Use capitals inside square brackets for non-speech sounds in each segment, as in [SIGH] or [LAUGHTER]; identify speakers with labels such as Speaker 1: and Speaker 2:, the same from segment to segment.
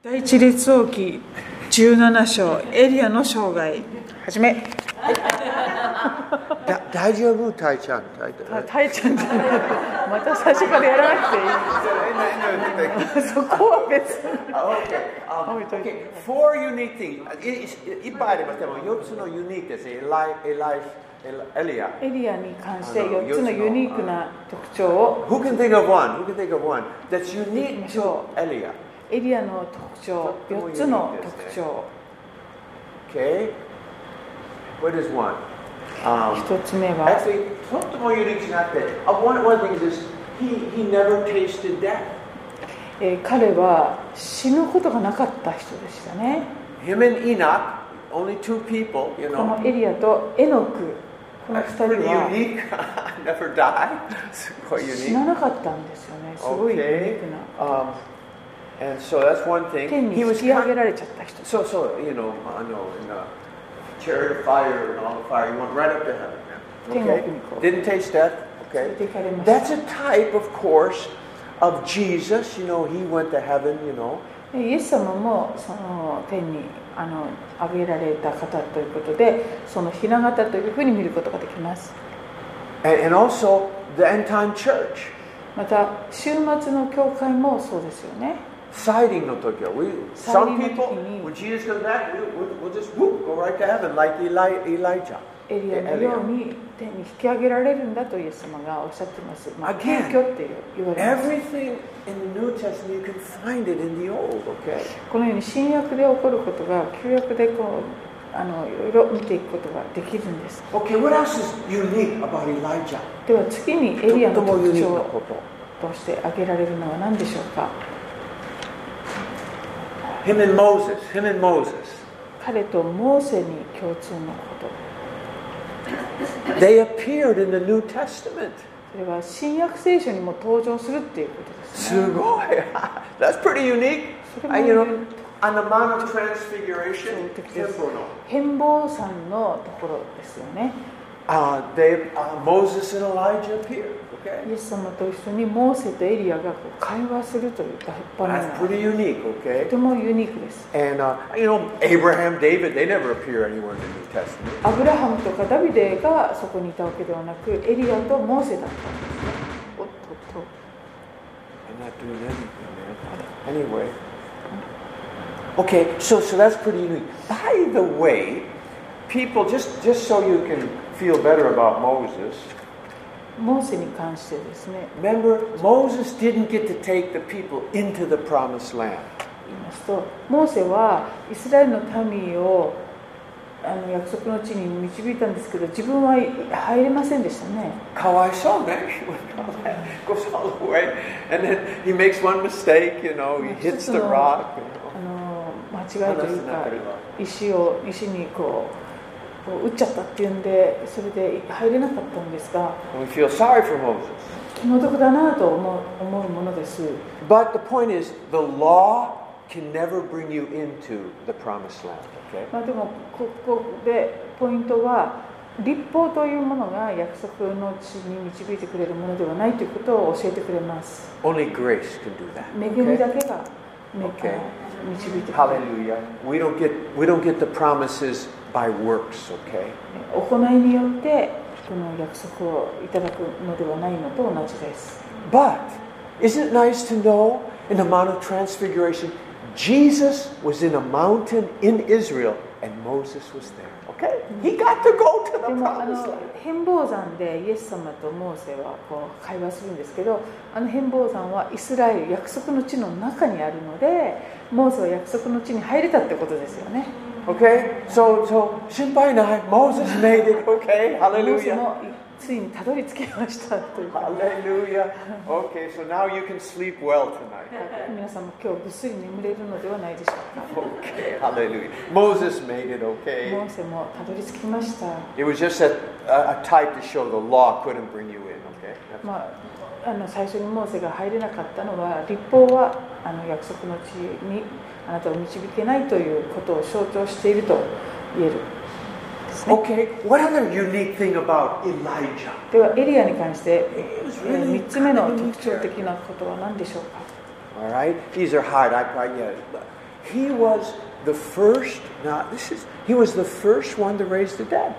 Speaker 1: 第一列王記17章エリアの生涯はじめ
Speaker 2: だ大丈夫タイちゃんタイちゃん
Speaker 1: タイちゃんじゃないまた最初からやらなく [LAUGHS] ていいそこは別に
Speaker 2: Okay. Um, okay. Four unique things. Uh, It- it- uh, いっぱいあります。でも4つのユニークです。エライ、エライ、エリア。
Speaker 1: エリアに関して
Speaker 2: あの
Speaker 1: 4つのユニークな特徴を
Speaker 2: Who can think of one? Who can think of one? That's
Speaker 1: いき
Speaker 2: unique
Speaker 1: まし
Speaker 2: to
Speaker 1: ょ
Speaker 2: Elia.
Speaker 1: エリアの特徴
Speaker 2: とっても
Speaker 1: 4つの
Speaker 2: ユニークで
Speaker 1: 特
Speaker 2: すね
Speaker 1: 徴
Speaker 2: Okay? What is one? Um,
Speaker 1: 1つ目は
Speaker 2: actually, とってもユニークじゃなくて、uh, one, one thing is this, he, he never tasted death.
Speaker 1: えー彼は死ぬことがなかった人でしたね
Speaker 2: Him and Enoch, only two people, you
Speaker 1: こ
Speaker 2: know.
Speaker 1: のエリアとエノクこの
Speaker 2: That's
Speaker 1: 2人
Speaker 2: pretty
Speaker 1: は
Speaker 2: unique. [LAUGHS] never die. It's quite
Speaker 1: 死
Speaker 2: unique.
Speaker 1: ななかったんですよねすごいユニー
Speaker 2: Okay.
Speaker 1: クな
Speaker 2: Um, and so that's one
Speaker 1: 天
Speaker 2: thing.
Speaker 1: に
Speaker 2: He
Speaker 1: 引
Speaker 2: was
Speaker 1: き上げ
Speaker 2: con-
Speaker 1: られちゃった人
Speaker 2: so so. You know, I know in the chariot of fire and all the fire, he went right up to heaven.
Speaker 1: King
Speaker 2: man.
Speaker 1: of Nicole.
Speaker 2: Okay. Didn't taste death.
Speaker 1: 連れ
Speaker 2: Okay.
Speaker 1: て行かれました
Speaker 2: That's a type, of course, of Jesus. You know, he went to heaven. You know.
Speaker 1: でイエス様もその天にあの挙げられた方ということでその雛形というふうに見ることができます
Speaker 2: And, and also the end time church.
Speaker 1: また週末の教会もそうですよね
Speaker 2: Siding no Tokyo. We some
Speaker 1: の時に。
Speaker 2: people when Jesus comes back, we, we, we'll just whoop go right to heaven like Eli, Elijah.
Speaker 1: エリアの
Speaker 2: Elia.
Speaker 1: ように天に引き上げられるんだとイエス様がおっしゃってます、まあ、謙
Speaker 2: Again.
Speaker 1: 虚って言われます
Speaker 2: Everything in the New Testament, you can find it in the Old, okay?
Speaker 1: このように新約で起こることが旧約でこうあのいろいろ見ていくことができるんです
Speaker 2: Okay, what else is unique about Elijah?
Speaker 1: では次にエリアの特徴
Speaker 2: とってもユニークなこと。
Speaker 1: として挙げられるのは何でしょうか
Speaker 2: Him and Moses, him and Moses.
Speaker 1: 彼とモーセに共通のこと
Speaker 2: They appeared in the New Testament.
Speaker 1: それは新約聖書にも登場するっていうことです
Speaker 2: [LAUGHS]
Speaker 1: ね
Speaker 2: すごい。That's pretty unique.
Speaker 1: それも
Speaker 2: And you know,
Speaker 1: ユニーク。
Speaker 2: on the Mount of Transfiguration,
Speaker 1: そうです。
Speaker 2: temple,
Speaker 1: 変貌山のところですよね
Speaker 2: uh, they, uh, Moses and Elijah appeared, okay?
Speaker 1: イエス様と一緒にモーセとエリアがこう会話するという場面が
Speaker 2: That's
Speaker 1: と
Speaker 2: pretty unique, okay?
Speaker 1: てもユニークです
Speaker 2: And, uh, you know, Abraham, David, they never appear anywhere in the New Testament.
Speaker 1: アブラハムとかダビデがそこにいたわけではなくエリアとモーセだったんですねおっとっ
Speaker 2: I'm not doing anything, man. Anyway. Okay, so so that's pretty unique. By the way, people just just so you can feel better about Moses,
Speaker 1: とモーセに関してですね
Speaker 2: remember Moses didn't get to take the people into the promised land.
Speaker 1: 言いますとモーセはイスラエルの民をあの約束の地に導いたんですけど自分は入れませんでしたね
Speaker 2: Kawaiso, man. [LAUGHS] He goes all the way. And then he makes one mistake, you know, he hits the rock. you
Speaker 1: あ
Speaker 2: know.
Speaker 1: の間違いというか
Speaker 2: 話になっ
Speaker 1: 石を石にこうこう打っちゃったっていうんでそれで入れなかったんですが
Speaker 2: And we feel sorry for Moses.
Speaker 1: 気の毒だなと思う思うものです
Speaker 2: But the point is, the law can never bring you into the promised land, okay?
Speaker 1: まあ、でもここでポイントは立法というものが約束の地に導いてくれるものではないということを教えてくれます
Speaker 2: Only grace can do that.
Speaker 1: 恵みだけが、め
Speaker 2: Okay.
Speaker 1: あの導いてくれる
Speaker 2: Hallelujah. We don't get we don't get the promises by works, okay?
Speaker 1: 行いによってこの約束をいただくのではないのと同じです
Speaker 2: But isn't it nice to know in the Mount of Transfiguration, Jesus was in a mountain in Israel and Moses was there. Okay? He got to go to
Speaker 1: で
Speaker 2: the
Speaker 1: もあ
Speaker 2: promised
Speaker 1: の
Speaker 2: land.
Speaker 1: 変貌山でイエス様とモーセはこう会話するんですけどあの変貌山はイスラエル約束の地の中にあるのでモーセは約束の地に入れたってことですよね
Speaker 2: Okay? So so Shinbai Nai, Moses made it, okay?
Speaker 1: モーセ
Speaker 2: Hallelujah.
Speaker 1: もついにたどり着きましたというか
Speaker 2: Hallelujah. Okay, so now you can sleep well tonight. [LAUGHS]
Speaker 1: 皆さんも今日ぐっすり眠れるのではないでしょうか
Speaker 2: Okay, hallelujah. Moses made it okay.
Speaker 1: モーセもたどり着きました
Speaker 2: It was just a, a, a type to show the law couldn't bring you in, okay?
Speaker 1: まあ、あの最初にモーセが入れなかったのは立法はあの約束の地にあなたを導けないということを象徴していると言えるですね
Speaker 2: Okay, what other unique thing about Elijah?
Speaker 1: ではエリアに関して、
Speaker 2: It was
Speaker 1: え3つ目の特徴的なことは何でしょうか
Speaker 2: All right, these are hard. I probably, yeah. He was the first, now this is, he was the first one to raise the dead.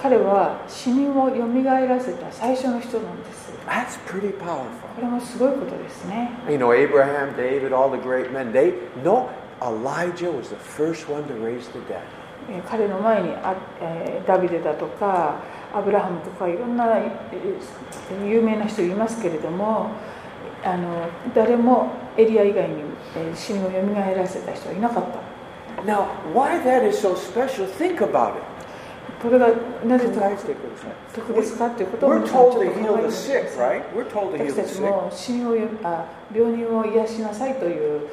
Speaker 1: 彼は死人をよみがえらせた最初の人なんです。
Speaker 2: That's pretty powerful.
Speaker 1: これもすごいことですね。
Speaker 2: You know, Abraham, David, all the great men, they, no, Elijah was the first one to raise the dead.
Speaker 1: えー彼の前にあ、えーダビデだとかアブラハムとかいろんなえー有名な人いますけれどもあの誰もエリア以外にえー死人をよみがえらせた人はいなかった。
Speaker 2: Now, why that is so special, think about it.
Speaker 1: これがなぜ
Speaker 2: Can
Speaker 1: 特
Speaker 2: I stick with this?
Speaker 1: 特別かということを
Speaker 2: We're
Speaker 1: 皆さんちょっと考
Speaker 2: told to
Speaker 1: えて
Speaker 2: heal
Speaker 1: みて
Speaker 2: the
Speaker 1: ください
Speaker 2: sick, right? We're told to heal
Speaker 1: 私
Speaker 2: the
Speaker 1: たち
Speaker 2: sick.
Speaker 1: も死人をよあ病人を癒しなさいという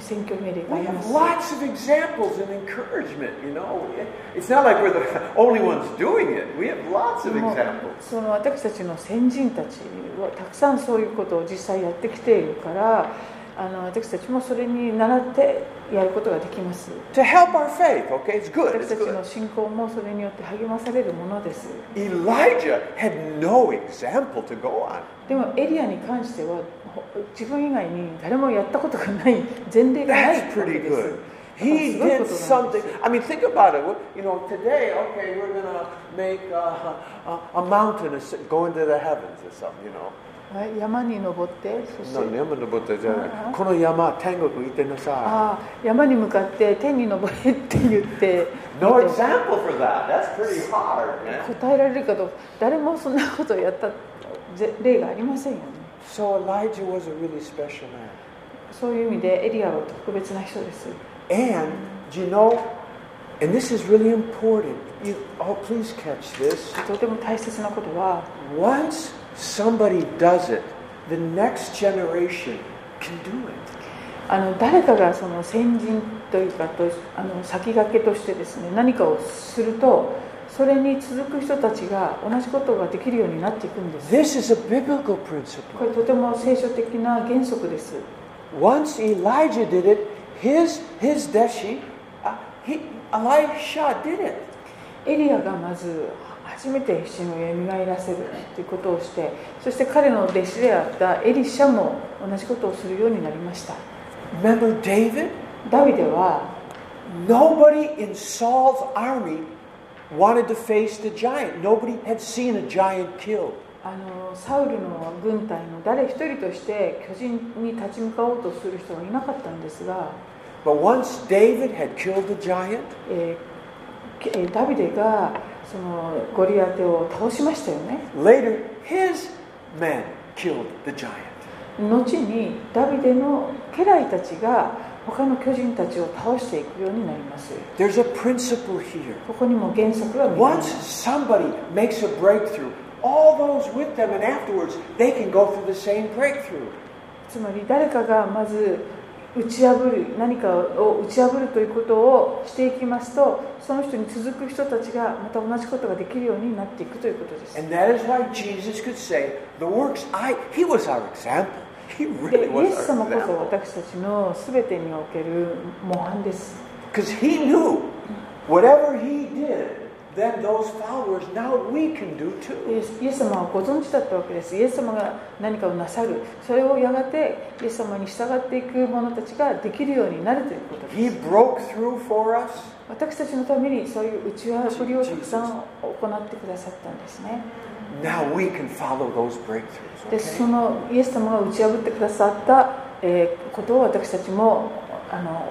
Speaker 1: 宣教命令があ
Speaker 2: We
Speaker 1: りま
Speaker 2: have
Speaker 1: す。
Speaker 2: lots of examples and encouragement, you know. It's not like we're the [LAUGHS] only ones doing it. We have lots of
Speaker 1: もう
Speaker 2: examples.
Speaker 1: その私たちの先人たちはたくさんそういうことを実際やってきているからあの私たちもそれに習ってやることができます
Speaker 2: To help our faith, okay? It's good.
Speaker 1: 私
Speaker 2: It's
Speaker 1: たち
Speaker 2: good.
Speaker 1: の信仰もそれによって励まされるものです
Speaker 2: Elijah had no example to go on.
Speaker 1: でもエリアに関してはほ自分以外に誰もやったことがない前例がない
Speaker 2: That's
Speaker 1: わけ
Speaker 2: pretty
Speaker 1: です
Speaker 2: good. He
Speaker 1: だから
Speaker 2: did
Speaker 1: すごいことなんで
Speaker 2: something.
Speaker 1: す
Speaker 2: I mean, think about it. What- You know, today, okay, we're going to make uh, a, a mountain is go into the heavens or something, you know.
Speaker 1: はい山に登ってそして
Speaker 2: No, 山のことじゃない。
Speaker 1: ああ。
Speaker 2: この山、天国行ってなさい。
Speaker 1: ああ山に向かって天に登れって言って。
Speaker 2: No example for that. That's pretty hard, man.
Speaker 1: 答えられるかどうか誰もそんなことをやったぜ例がありませんよね
Speaker 2: So Elijah was a really special man.
Speaker 1: そういう意味でエリアは特別な人です
Speaker 2: And do you know, and this is really important. You, oh, please catch this.
Speaker 1: とても大切なことは
Speaker 2: Once somebody does it, the next generation can do it.
Speaker 1: あの誰かがその先人というかとあの先駆けとしてですね何かをするとそれに続く人たちが同じことができるようになっていくんです
Speaker 2: This is a biblical
Speaker 1: これ
Speaker 2: principle.
Speaker 1: とても聖書的な原則です
Speaker 2: Once Elijah did it, his his deshi, uh, he, Elisha did it.
Speaker 1: エリアがまず初めて死をよみがえらせるということをしてそして彼の弟子であったエリシャも同じことをするようになりました
Speaker 2: Remember David?
Speaker 1: ダビデは
Speaker 2: Nobody in Saul's army wanted to face the giant. Nobody had seen a giant killed.
Speaker 1: あのサウルの軍隊の誰一人として巨人に立ち向かおうとする人はいなかったんですが、
Speaker 2: But once David had killed the giant,
Speaker 1: えーけえーダビデがそのゴリアテを倒しましたよね
Speaker 2: later his men killed the giant.
Speaker 1: 後にダビデの家来たちが他の巨人たちを倒していくようになります
Speaker 2: There's a principle here.
Speaker 1: ここにも原則が見えま
Speaker 2: Once
Speaker 1: す
Speaker 2: somebody makes a breakthrough, all those with them and afterwards, they can go through the same breakthrough.
Speaker 1: つまり誰かがまず打ち破る何かを打ち破るということをしていきますとその人に続く人たちがまた同じことができるようになっていくということです
Speaker 2: And that is why Jesus could say, the works I, he was our example. He
Speaker 1: でイ
Speaker 2: really
Speaker 1: エ
Speaker 2: was
Speaker 1: ス様
Speaker 2: our
Speaker 1: こそ
Speaker 2: example.
Speaker 1: 私たちの全てにおける模範です
Speaker 2: Because he knew whatever he did, then those followers, now we can do
Speaker 1: イ
Speaker 2: too.
Speaker 1: エスイエス様はご存知だったわけですイエス様が何かをなさるそれをやがてイエス様に従っていく者たちができるようになるということで
Speaker 2: He
Speaker 1: す
Speaker 2: broke through for us.
Speaker 1: 私たちのためにそういう打ち破りをたくさん行ってくださったんですね
Speaker 2: Now we can follow those breakthroughs.
Speaker 1: でそ
Speaker 2: Okay?
Speaker 1: のイエス様が打ち破ってくださった、えーことを私たちもあの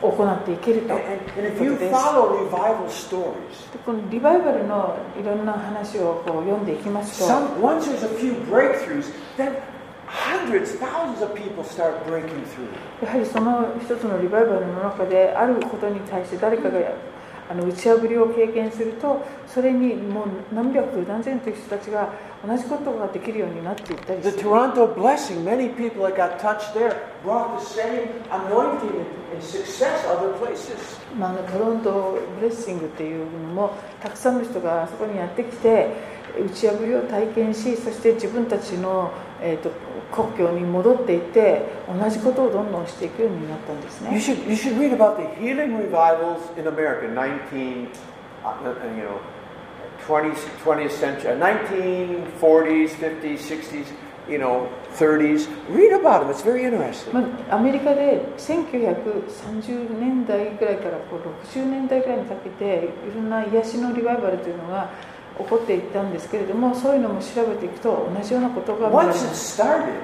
Speaker 1: 行っていけると
Speaker 2: And,
Speaker 1: いうこ
Speaker 2: and- and if
Speaker 1: と
Speaker 2: you
Speaker 1: です。
Speaker 2: follow revival stories,
Speaker 1: でこのリバイバルのいろんな話をこう読んでいきますと
Speaker 2: Some, once there's a few breakthroughs, then hundreds, thousands of people start breaking through.
Speaker 1: やはりその一つのリバイバルの中であることに対して誰かがあの打ち破りを経験するとそれにもう何百何千という人たちが同じことができるようになっていったり
Speaker 2: The
Speaker 1: する
Speaker 2: Toronto blessing, many people that got touched there brought the same anointing and, and success other places.
Speaker 1: まあ、あのトロントブレッシングっていうのもたくさんの人がそこにやってきて打ち破りを体験しそして自分たちの、えー、と国境に戻っていって同じことをどんどんしていくようになったんです
Speaker 2: You
Speaker 1: ね
Speaker 2: should you should read about the healing revivals in America, 19, uh, uh, you know, 20th, 20th century, uh, 1940s, 50s, 60s. you know, 30s. Read about them. It's very interesting.
Speaker 1: まあ、アメリカで1930年代ぐらいからこう60年代ぐらいにかけていろんな癒しのリバイバルというのが起こっていったんですけれどもそういうのも調べていくと同じようなことが見られま
Speaker 2: Once it
Speaker 1: す
Speaker 2: started,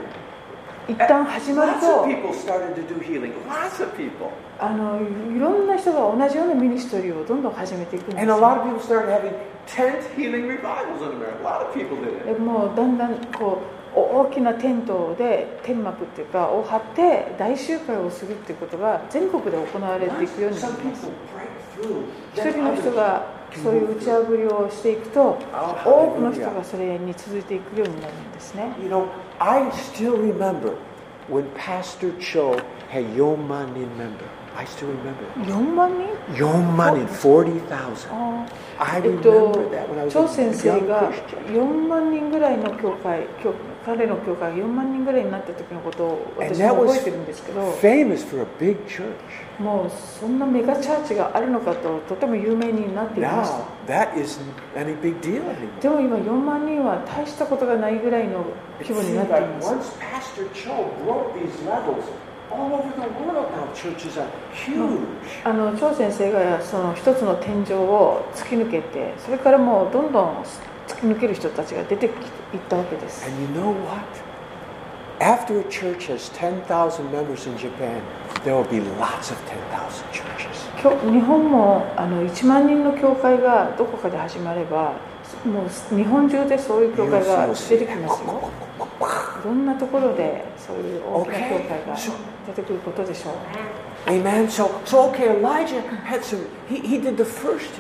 Speaker 1: 一旦始まる
Speaker 2: lots of
Speaker 1: と
Speaker 2: people started to do healing. Lots of people.
Speaker 1: あのいろんな人が同じようなミニストリーをどんどん始めていくんです
Speaker 2: And a
Speaker 1: よ
Speaker 2: lot of people started having tent healing revivals in America. A lot of people did it.
Speaker 1: でもうだんだんこうお大きなテントで天幕っていうかを張って大集会をするっていうことが全国で行われていくよう
Speaker 2: Once
Speaker 1: になり
Speaker 2: Some
Speaker 1: ます
Speaker 2: people break through.
Speaker 1: 一
Speaker 2: then
Speaker 1: 人の人
Speaker 2: others-
Speaker 1: がそういう打ち破りをしていくと
Speaker 2: Oh,
Speaker 1: 多くの人
Speaker 2: hallelujah.
Speaker 1: がそれに続いていくようになるんですね
Speaker 2: You know, I still remember when Pastor Cho had Yom Manin member. I still remember.
Speaker 1: 4万人
Speaker 2: Yom Manin, 40,000.
Speaker 1: あー
Speaker 2: I
Speaker 1: えっと
Speaker 2: remember that when I、was
Speaker 1: 張
Speaker 2: a
Speaker 1: 先
Speaker 2: young
Speaker 1: 生が
Speaker 2: Christian.
Speaker 1: 4万人ぐらいの教会、教彼の教会が4万人ぐらいになった時のことを
Speaker 2: And
Speaker 1: 私
Speaker 2: that
Speaker 1: も
Speaker 2: was
Speaker 1: 覚えてるんですけど、
Speaker 2: famous for a big church.
Speaker 1: もうそんなメガチャーチがあるのかと、とても有名になっていました。
Speaker 2: Now, that isn't any big deal anymore.
Speaker 1: でも今、4万人は大したことがないぐらいの
Speaker 2: It
Speaker 1: 規模にな
Speaker 2: seemed
Speaker 1: ってい
Speaker 2: like
Speaker 1: ます。
Speaker 2: once Pastor Cho broke these levels, all over the world now churches are huge.
Speaker 1: あの張先生がその一つの天井を突き抜けて、それからもうどんどん突き抜ける人たちが出てきいったわけです。
Speaker 2: And you know what? After a church has 10,000 members in Japan, there will be lots of 10,000 churches.
Speaker 1: きょ日本もあの1万人の教会がどこかで始まればもう日本中でそういう教会が
Speaker 2: You'll see-
Speaker 1: 出てきますよいろんなところでそういう大きな教会が
Speaker 2: Okay.
Speaker 1: 出てくることでしょう
Speaker 2: Amen. So, so okay, Elijah had some, he, he did the first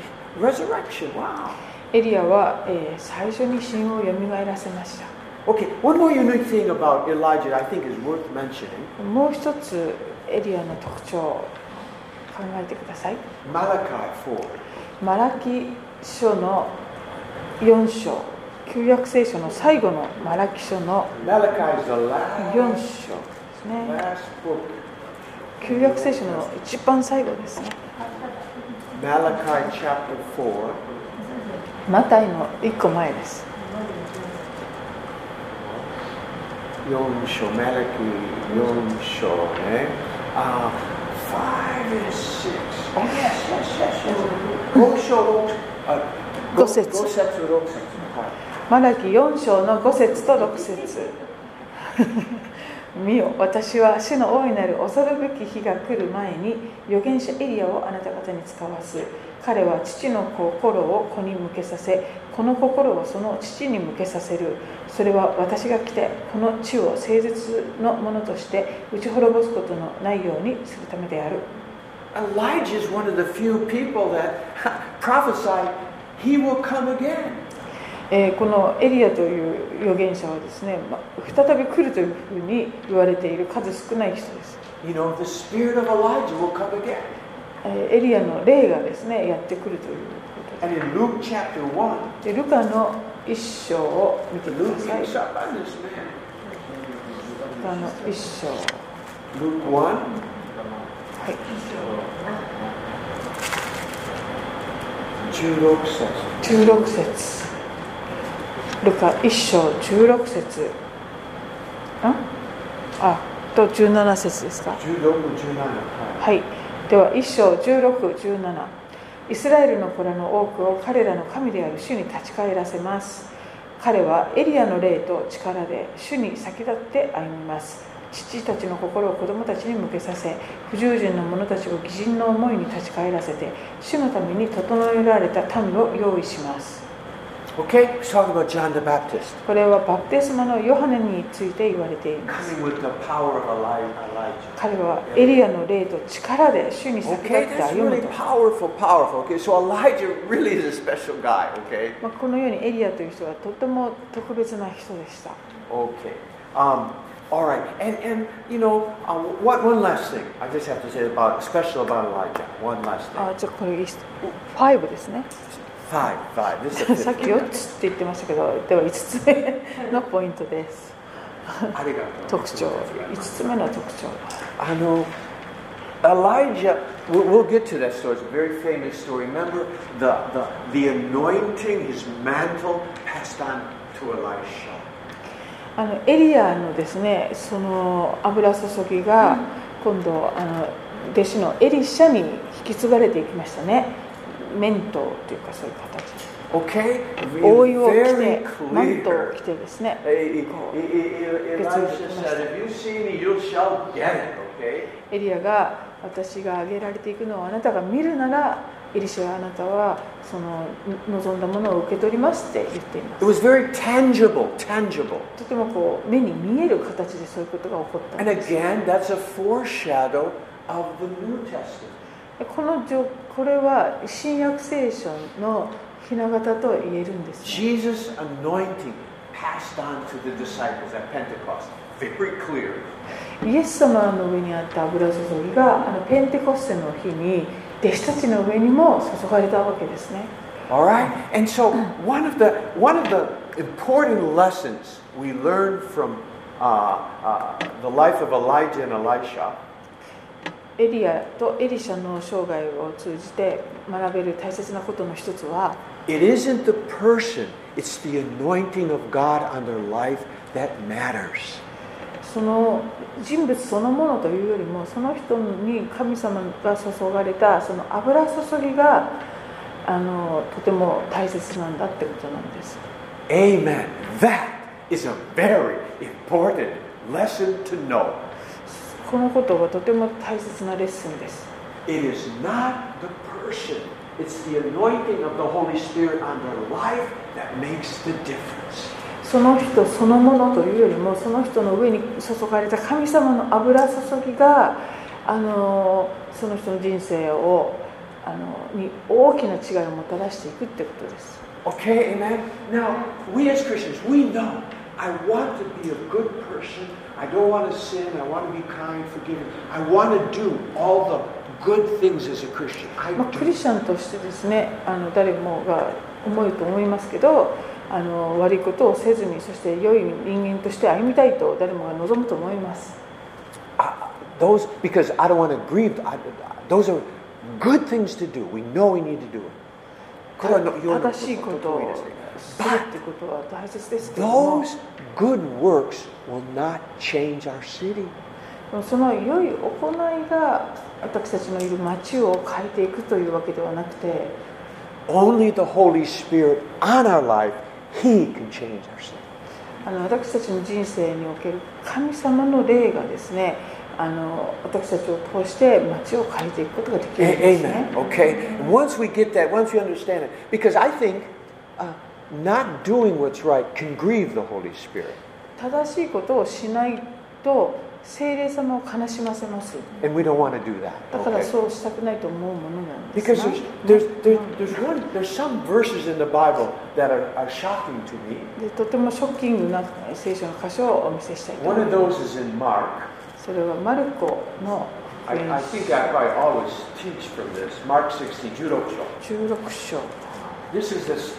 Speaker 2: resurrection. Wow.
Speaker 1: エリアは、えー最初に神をよみがえらせまし
Speaker 2: Okay, one more unique thing about Elijah that I think is worth mentioning
Speaker 1: たもう一つエリアの特徴考えてください
Speaker 2: Malachi 4.
Speaker 1: マラキ書の4章旧約聖書の最後のマラキ書の
Speaker 2: Malachi is the
Speaker 1: 4
Speaker 2: last,
Speaker 1: 章ですね
Speaker 2: last book
Speaker 1: 旧約聖書の一番最後ですね
Speaker 2: Malachi chapter 4.
Speaker 1: マタイの一個前です。
Speaker 2: 4章、Malachi 4章ね。Uh, 5 and 6. Oh, yes, yes, yes, yes. 6章、uh,
Speaker 1: 五節
Speaker 2: 5節、6節。はい。
Speaker 1: マラキ4章の5節と6節 [LAUGHS] 見よ私は主の大いなる恐るべき日が来る前に預言者エリアをあなた方に使わす彼は父の心を子に向けさせこの心をその父に向けさせるそれは私が来てこの地を誠実のものとして打ち滅ぼすことのないようにするためである
Speaker 2: Elijah is one of the few people that [LAUGHS] prophesied he will come again.
Speaker 1: えーこのエリアという預言者はですね、ま再び来るというふうに言われている数少ない人です、
Speaker 2: You know, the spirit of Elijah will come again.
Speaker 1: えーエリアの霊がですねやってくるというこ
Speaker 2: And in Luke chapter 1,
Speaker 1: とででルカの一章を見てくだ
Speaker 2: Luke
Speaker 1: さい
Speaker 2: picks up on this man.
Speaker 1: ルカの一章
Speaker 2: Luke 1.
Speaker 1: はい
Speaker 2: 16節。
Speaker 1: 16節ルカ一章16節んあと17節ですか
Speaker 2: 16、17。はい。
Speaker 1: はい、では1章1617イスラエルの子らの多くを彼らの神である主に立ち返らせます彼はエリアの霊と力で主に先立って歩みます父たちの心を子供たちに向けさせ不従順な者たちを偽人の思いに立ち返らせて主のために整えられた民を用意します
Speaker 2: Okay, let's talk about John the Baptist.
Speaker 1: これはバプテスマのヨハネについて言われています
Speaker 2: Coming with the power of Eli- Elijah.
Speaker 1: 彼はエリアの霊と力で主に先立っ
Speaker 2: Okay,
Speaker 1: て
Speaker 2: that's
Speaker 1: 歩む
Speaker 2: really
Speaker 1: と
Speaker 2: powerful, powerful. Okay, so Elijah really is a special guy, okay?
Speaker 1: まあ、このようにエリアという人はとても特別な人でした。
Speaker 2: Okay. Um, all right, and, and you know, uh, what, one last thing I just have to say about special about Elijah. One last thing.
Speaker 1: あじゃあこれ5ですね。
Speaker 2: Five, five. This [LAUGHS] is a
Speaker 1: さっき
Speaker 2: fifteen.
Speaker 1: 4つって言ってましたけど、では5つ目のポイントです。
Speaker 2: ありがとう。
Speaker 1: 特徴、5つ目の特徴。
Speaker 2: I know. Elijah, we'll, we'll get to that story. It's a very famous story. Remember the, the, the anointing, his mantle passed on to Elisha.
Speaker 1: あのエリアのですねその油注ぎが今度あの弟子のエリシャに引き継がれていきましたね面倒というかそういう形
Speaker 2: Okay? Oh,
Speaker 1: 覆いを着
Speaker 2: Very
Speaker 1: て
Speaker 2: clear.
Speaker 1: マントを着てですね
Speaker 2: Eh, eh, eh, eh, Elisha said, if you see me, you shall get it, okay?
Speaker 1: エリアが私が挙げられていくのをあなたが見るならエリシャはあなたはその望んだものを受け取りますって言っていま
Speaker 2: It
Speaker 1: す
Speaker 2: was very tangible, tangible.
Speaker 1: とてもこう目に見える形でそういうことが起こったん
Speaker 2: And
Speaker 1: です
Speaker 2: again, that's a foreshadow of the New Testament.
Speaker 1: このじょこれは新約聖書のひな形と言えるんです、ね、
Speaker 2: Jesus' anointing passed on to the disciples at Pentecost. Very clear.
Speaker 1: イエス様の上にあった油注ぎがあのペンテコステの日に弟子たちの上にも注がれたわけですね
Speaker 2: All right? And so one of the one of the important lessons we learn from uh, uh, the life of Elijah and Elisha
Speaker 1: エリアとエリシャの生涯を通じて学べる大切なことの一つは
Speaker 2: It isn't the person, it's the anointing of God on their life that matters.
Speaker 1: その人物そのものというよりもその人に神様が注がれたその油注ぎがあのとても大切なんだってことなんです
Speaker 2: Amen. That is a very important lesson to know.
Speaker 1: このことがとても大切なレッスンです
Speaker 2: It is not the person, it's the anointing of the Holy Spirit on their life that makes the difference.
Speaker 1: その人そのものというよりもその人の上に注がれた神様の油注ぎがあのその人の人生をあのに大きな違いをもたらしていくってことです
Speaker 2: Okay, amen? Now, we as Christians, we know I want to be a good person. I don't want to sin. I want to be kind, forgiving. I want to do all the good things as a Christian. I
Speaker 1: まあ、ク
Speaker 2: do.
Speaker 1: リスチャンとしてですねあの誰もが思うと思いますけどあの悪いことをせずにそして良い人間として歩みたいと誰もが望むと思います
Speaker 2: I- those, because I don't want to grieve. I- those are good things to do. We know we need to do it.
Speaker 1: た正しいことをするってことは大切ですけども
Speaker 2: Those good works will not change our city.
Speaker 1: その良い行いが私たちのいる町を変えていくというわけではなくて
Speaker 2: Only the Holy Spirit on our life, He can change our city.
Speaker 1: あの私たちの人生における神様の霊がですねあの私たちを通して町を変えていくことができ
Speaker 2: A-
Speaker 1: るんですね。
Speaker 2: Amen. Okay. And once we get that, once we understand it, because I think uh, not doing what's right can grieve the Holy Spirit,
Speaker 1: 正しいことをしないと聖霊様を悲しませます。
Speaker 2: and we don't want to do that.
Speaker 1: だからそうしたくないと思うものなんです
Speaker 2: Because
Speaker 1: が、
Speaker 2: there's, there's, there's, there's, one, there's some verses in the Bible that are, are shocking to me.
Speaker 1: でとてもショッキングな聖書の箇所をお見せしたいと
Speaker 2: One
Speaker 1: 思い
Speaker 2: of
Speaker 1: ま
Speaker 2: those
Speaker 1: す。
Speaker 2: is in Mark.
Speaker 1: それはマルコの
Speaker 2: I, I think I probably always teach from this. Mark 60, Judo Show.
Speaker 1: 16章。
Speaker 2: This is this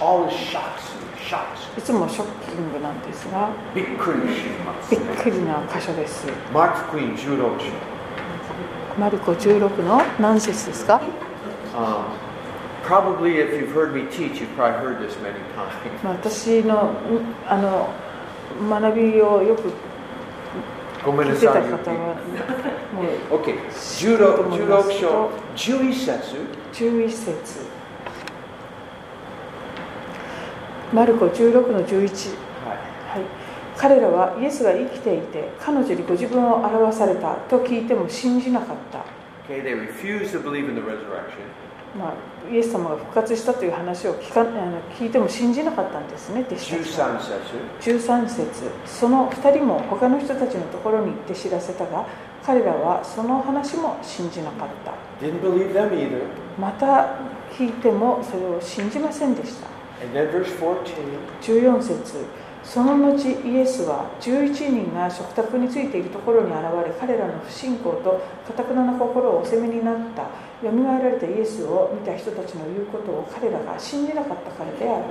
Speaker 2: always shocks me, shocks
Speaker 1: いつもショッキングなんですが、
Speaker 2: me. Big cringe.
Speaker 1: びっくりな箇所です。
Speaker 2: Mark Queen, Judo Show.
Speaker 1: マルコ16の何節ですか
Speaker 2: Um, probably if you've heard me teach, you've probably heard this many times. [LAUGHS]
Speaker 1: まあ私のんあの学びをよく聞いてた方
Speaker 2: ごめんなさい。
Speaker 1: は、もう
Speaker 2: Okay, Judo,
Speaker 1: 知ってると思いますけど。
Speaker 2: Judo Show. Juisetsu.
Speaker 1: 11節マルコ16の11、はい、彼らはイエスが生きていて彼女にご自分を表されたと聞いても信じなかった、
Speaker 2: Okay, they refuse to believe in the resurrection.
Speaker 1: まあ、イエス様が復活したという話を聞かあの聞いても信じなかったんですね弟子たちは
Speaker 2: 13節.
Speaker 1: 13節その2人も他の人たちのところに行って知らせたが彼らはその話も信じなかった
Speaker 2: Didn't believe them either.
Speaker 1: また聞いてもそれを信じませんでした
Speaker 2: And then verse 14.
Speaker 1: 14節その後イエスは11人が食卓についているところに現れ彼らの不信仰とかたくなな心をお責めになった蘇られたイエスを見た人たちの言うことを彼らが信じなかったからである、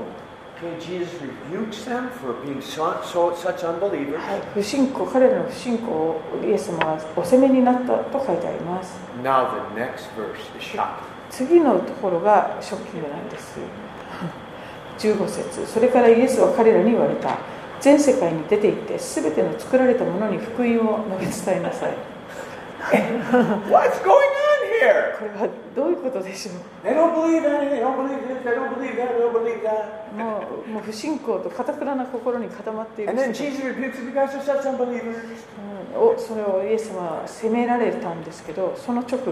Speaker 2: Okay, Jesus rebukes them for being so, so, such unbelievers.
Speaker 1: はい、不信仰彼らの不信仰をイエス様がお責めになったと書いてあります
Speaker 2: Now the next verse is shocking.
Speaker 1: 次のところがショッキングなんです15節それからイエスは彼らに言われた全世界に出て行って全ての作られたものに福音を述べ伝えなさい
Speaker 2: What's going on here?
Speaker 1: これはどういうことでしょう
Speaker 2: They don't believe that, they don't believe this, they don't believe that, they don't believe that.
Speaker 1: もうもう不信仰とかたくなな心に固まっている人
Speaker 2: And then Jesus rebukes them, you guys are such unbelievers.
Speaker 1: うんをそれをイエス様は責められたんですけどその直後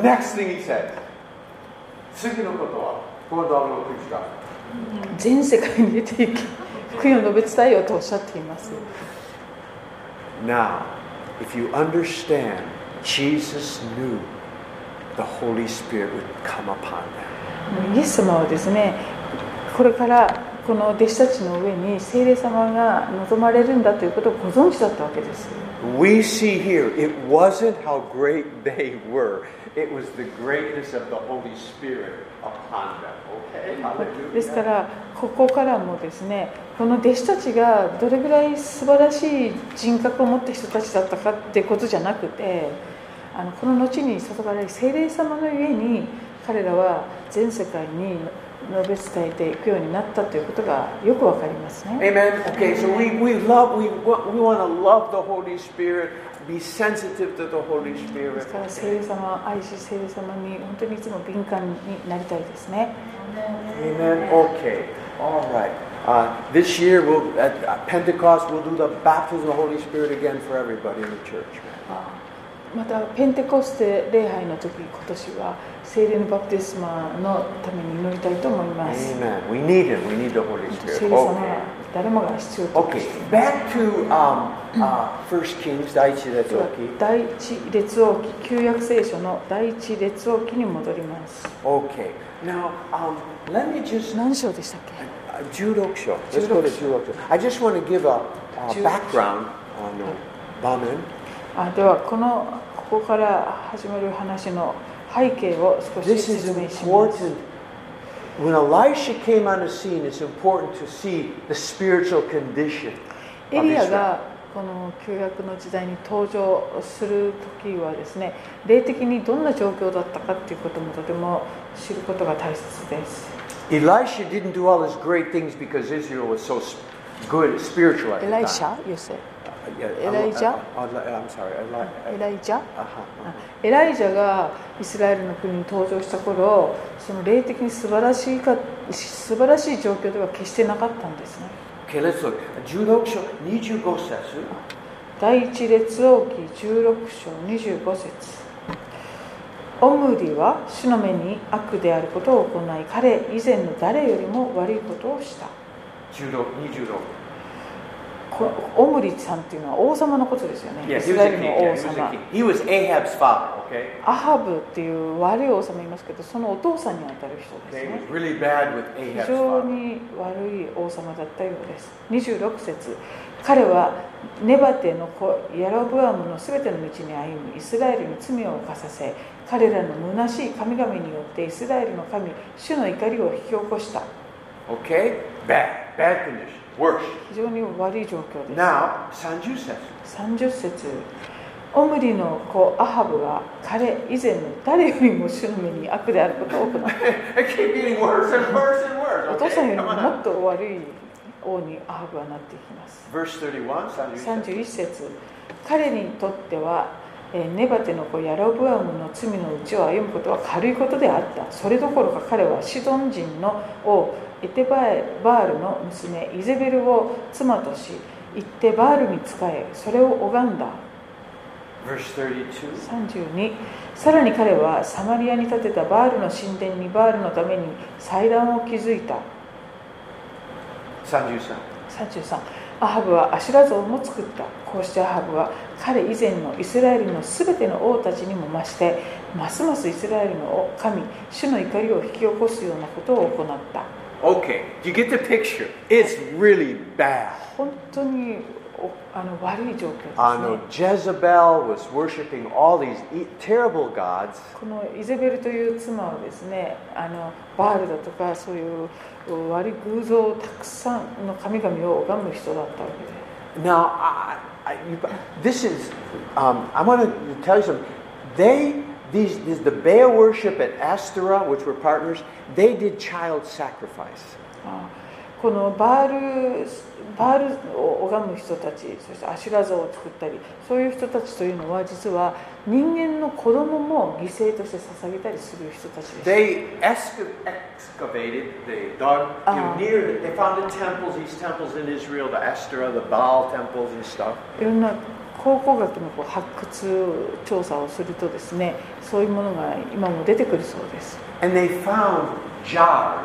Speaker 2: Next thing he says, 次のことは、この道具を食い違う。
Speaker 1: 全世界に出て行き福音を述べ伝えようとおっしゃっています
Speaker 2: Now, if you understand, Jesus knew the Holy Spirit would come upon them.
Speaker 1: イエス様はですねこれからこの弟子たちの上に聖霊様が望まれるんだということをご存知だったわけです
Speaker 2: We see here, it wasn't how great [LAUGHS] they were, it was the greatness of the Holy Spirit upon them. Okay?
Speaker 1: ですからここからもですねこの弟子たちがどれぐらい素晴らしい人格を持った人たちだったかってことじゃなくてあのこの後に注がれる聖霊様のゆえに彼らは全世界に述べ伝えていくようになったということがよくわかりますね。
Speaker 2: Amen. Okay, so we, we love, we want, we want to love the Holy Spirit, be sensitive to the Holy
Speaker 1: で
Speaker 2: Spirit.
Speaker 1: すから聖霊様を愛し聖霊様に本当にいつも敏感になりたいですね
Speaker 2: Amen. Okay. All right. Uh, this year, we'll, at uh, Pentecost, we'll do the baptism of the Holy Spirit again for everybody in the church.
Speaker 1: またペンテコステ礼拝の時今年は聖霊のバプテスマのために祈りたいと思います
Speaker 2: Amen. We need Him. We need the Holy
Speaker 1: 聖霊
Speaker 2: Spirit.
Speaker 1: 様は
Speaker 2: Okay.
Speaker 1: 誰もが必要としてい
Speaker 2: Okay.
Speaker 1: ます
Speaker 2: Back to um, uh, First Kings, Daichi
Speaker 1: では
Speaker 2: Datoki.
Speaker 1: 第一列王記旧約聖書の第一列王記に戻ります
Speaker 2: Okay. Now, um, let me just.
Speaker 1: 何章でしたっけ
Speaker 2: Uh, Judoksho. Let's go to Judoksho. I just want to give a uh,
Speaker 1: Judoksho.
Speaker 2: background on uh, Bamen.
Speaker 1: あではこのここから始まる話の背景を少し
Speaker 2: This is
Speaker 1: 説明します
Speaker 2: important. When Elisha came on the scene, it's important to see the spiritual condition
Speaker 1: エ
Speaker 2: of
Speaker 1: リア
Speaker 2: Israel.
Speaker 1: がこの旧約の時代に登場する時はですね霊的にどんな状況だったかっていうこともとても知ることが大切です
Speaker 2: Elisha didn't do all his great things because Israel was so sp- good spiritual at
Speaker 1: エ
Speaker 2: the
Speaker 1: ライ
Speaker 2: time.
Speaker 1: シャヨセ
Speaker 2: Uh, yeah,
Speaker 1: Elijah?
Speaker 2: I'm, I'm, I'm sorry.
Speaker 1: エ
Speaker 2: Eli-
Speaker 1: ライジャ
Speaker 2: uh-huh, uh-huh.
Speaker 1: エライジャがイスラエルの国に登場した頃その霊的に素晴らしいか素晴らしい状況では決してなかったんですね
Speaker 2: Okay, let's look. 16章25節。
Speaker 1: 第一列王記16章25節オムリは主の目に悪であることを行い彼以前の誰よりも悪いことをした
Speaker 2: 16
Speaker 1: こオムリさんっていうのは王様のことですよね
Speaker 2: Yeah,
Speaker 1: イ
Speaker 2: he
Speaker 1: ス
Speaker 2: was
Speaker 1: ラ
Speaker 2: a
Speaker 1: エル
Speaker 2: king.
Speaker 1: の王
Speaker 2: Yeah, he was
Speaker 1: 様
Speaker 2: a king. He was Ahab's father, okay?
Speaker 1: アハブっていう悪い王様いますけどそのお父さんにあたる人です
Speaker 2: Okay, he
Speaker 1: ね
Speaker 2: was really bad with
Speaker 1: 非
Speaker 2: Ahab's
Speaker 1: 常
Speaker 2: father.
Speaker 1: に悪い王様だったようです26節彼はネバテの子ヤロブアムのすべての道に歩みイスラエルに罪を犯させ彼らの虚しい神々によってイスラエルの神主の怒りを引き起こした
Speaker 2: Okay? Bad. Bad condition. Worse.
Speaker 1: 非常に悪い状況です
Speaker 2: Now, 30 says, [LAUGHS]
Speaker 1: 30節オムリの子アハブは彼以前の誰よりも主の目に悪であることを行った
Speaker 2: it keeps getting worse and worse and
Speaker 1: お
Speaker 2: worse.
Speaker 1: 父さん
Speaker 2: Okay,
Speaker 1: より
Speaker 2: come
Speaker 1: も
Speaker 2: on
Speaker 1: も
Speaker 2: now.
Speaker 1: っと悪い王にアハブはなっていきます
Speaker 2: Verse 31, 31
Speaker 1: 31
Speaker 2: says,
Speaker 1: 節彼にとってはえーネバテの子ヤロブアムの罪のうちを歩むことは軽いことであったそれどころか彼はシドン人の王エテバールの娘イゼベルを妻とし行ってバールに仕えそれを拝んだ
Speaker 2: Verse 32,
Speaker 1: 32さらに彼はサマリアに建てたバールの神殿にバールのために祭壇を築いた
Speaker 2: 33.
Speaker 1: 33アハブはアシュラ像も作ったこうしてアハブは彼以前のイスラエルのすべての王たちにも増してますますイスラエルの神主の怒りを引き起こすようなことを行った
Speaker 2: Okay, you get the picture. It's really bad.
Speaker 1: 本当におあの悪い状況ですね
Speaker 2: I know Jezebel was worshiping all these e- terrible gods.
Speaker 1: このイゼベルという妻はですねあのバールだとかそういう悪い偶像をたくさんの神々を拝む人だったわけで
Speaker 2: Now, I, I, you, this is, um, I want to tell you something. They, these, these, the Baal worship at Astera, which were partners, they did child sacrifice.
Speaker 1: ああここのバールバールを拝む人たちそしてアシュラ像を作ったりそういう人たちというのは実は人間の子供も犠牲として捧げたりする人たちです
Speaker 2: They esca- excavated, they dug you know,
Speaker 1: Ah.
Speaker 2: near, they found the temples, these temples in Israel, the Ashtoreth, the Baal temples and stuff.
Speaker 1: いろんな考古学のこう発掘調査をするとですねそういうものが今も出てくるそうです
Speaker 2: And they found jars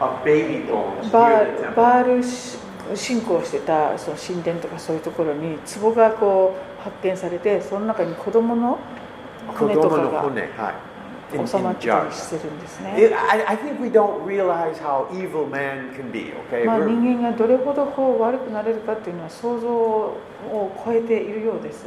Speaker 2: of baby bones
Speaker 1: バ
Speaker 2: near the
Speaker 1: ー
Speaker 2: temple.
Speaker 1: バールし信仰してたその神殿とかそういうところに壺がこう発見されてその中に子供の骨とかが
Speaker 2: Kodomoの骨, hi. In-
Speaker 1: 収まっ
Speaker 2: in
Speaker 1: てたり
Speaker 2: jars.
Speaker 1: してるんですね
Speaker 2: It- I, I think we don't realize how evil man can be, okay?
Speaker 1: まあ
Speaker 2: We're-
Speaker 1: 人間がどれほどこう悪くなれるかっていうのは想像を超えているようです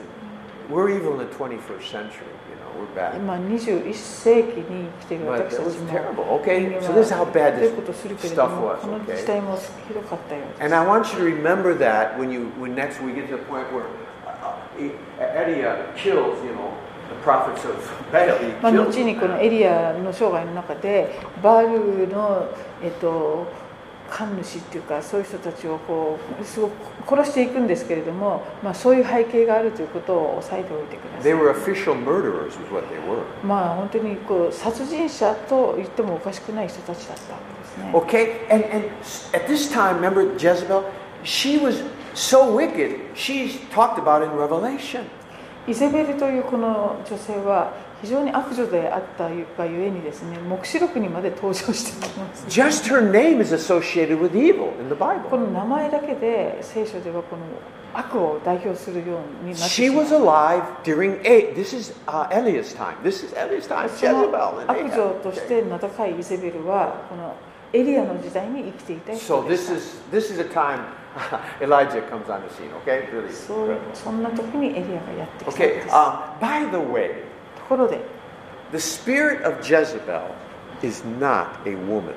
Speaker 2: We're evil in the 21st century, you know, we're bad.
Speaker 1: 今21世紀に生きている
Speaker 2: But
Speaker 1: 私
Speaker 2: it
Speaker 1: た
Speaker 2: was
Speaker 1: ちも人
Speaker 2: terrible, okay?
Speaker 1: 間
Speaker 2: So this is how
Speaker 1: は
Speaker 2: bad
Speaker 1: ひどいことする
Speaker 2: this
Speaker 1: けれど
Speaker 2: stuff
Speaker 1: も
Speaker 2: was,
Speaker 1: この時
Speaker 2: okay?
Speaker 1: 代もひどかったようです
Speaker 2: And I want you to remember that when you when next we get to the point where uh, Edia kills, you know, the prophets of [LAUGHS] Baal. He
Speaker 1: まあ、
Speaker 2: kills
Speaker 1: 後
Speaker 2: them.
Speaker 1: にこのエリアの生涯の中でバールの、えっと、神主っていうかそういう人たちをこうすごく殺していくんですけれども、まあ、そういう背景があるということを押さえておいてくださ
Speaker 2: They
Speaker 1: い。
Speaker 2: were official murderers, is what they were.
Speaker 1: まあ本当にこう殺人者と言ってもおかしくない人たちだったわけですね。
Speaker 2: Okay, and and s- at this time, remember Jezebel? She was so wicked. She's talked about in Revelation.
Speaker 1: イゼベルというこの女性は非常に悪女であったがゆえにですね黙示録にまで登場してきます。
Speaker 2: Just her name is associated with evil in the
Speaker 1: こ
Speaker 2: Bible.
Speaker 1: の名前だけで聖書ではこの悪を代表するようになってし
Speaker 2: She
Speaker 1: まう
Speaker 2: was alive during eight. This is uh, Elia's time. This is Elia's time.
Speaker 1: その
Speaker 2: Jezebel
Speaker 1: 悪
Speaker 2: and
Speaker 1: 女
Speaker 2: Ahab.
Speaker 1: と
Speaker 2: Okay.
Speaker 1: して名高いイゼベルはこのエリアの時代に生きていた
Speaker 2: So
Speaker 1: 人で
Speaker 2: this
Speaker 1: した
Speaker 2: is this is a time [LAUGHS] Elijah comes on the scene. Okay, really.
Speaker 1: そういうそんな時にエリアがやってきたん
Speaker 2: Okay.
Speaker 1: です、
Speaker 2: Um, by the way,
Speaker 1: ところで
Speaker 2: the spirit of Jezebel is not a woman.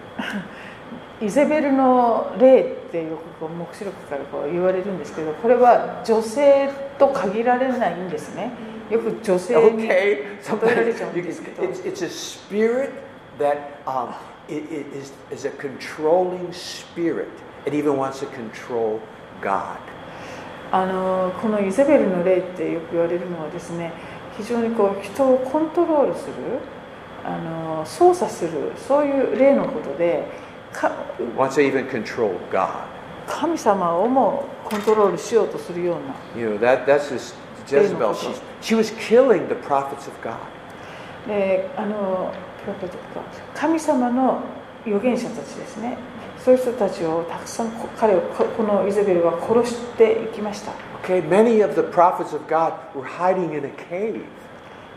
Speaker 1: イゼベルの霊ってよくこう黙示録からこう言われるんですけどこれは女性と限られないんですねよく女性に例
Speaker 2: Okay.
Speaker 1: えられ
Speaker 2: Sometimes
Speaker 1: ちゃうん
Speaker 2: [LAUGHS] you
Speaker 1: ですけ
Speaker 2: can,
Speaker 1: ど
Speaker 2: it's, it's a spirit that um, it, it is is a controlling spirit. It even wants to control God.
Speaker 1: あのこのイゼベルの霊ってよく言われるのはですね非常にこう人をコントロールするあの操作するそういう霊のことでか
Speaker 2: Wants to even control God.
Speaker 1: 神様をもコントロールしようとするような
Speaker 2: You know that that's just Jezebel. She's, she was killing the prophets of God.
Speaker 1: であのプロペトとか神様の預言者たちですねそういう人たちをたくさんこ彼をここのイゼベルは殺していきました
Speaker 2: Okay, many of the prophets of God were hiding in a cave.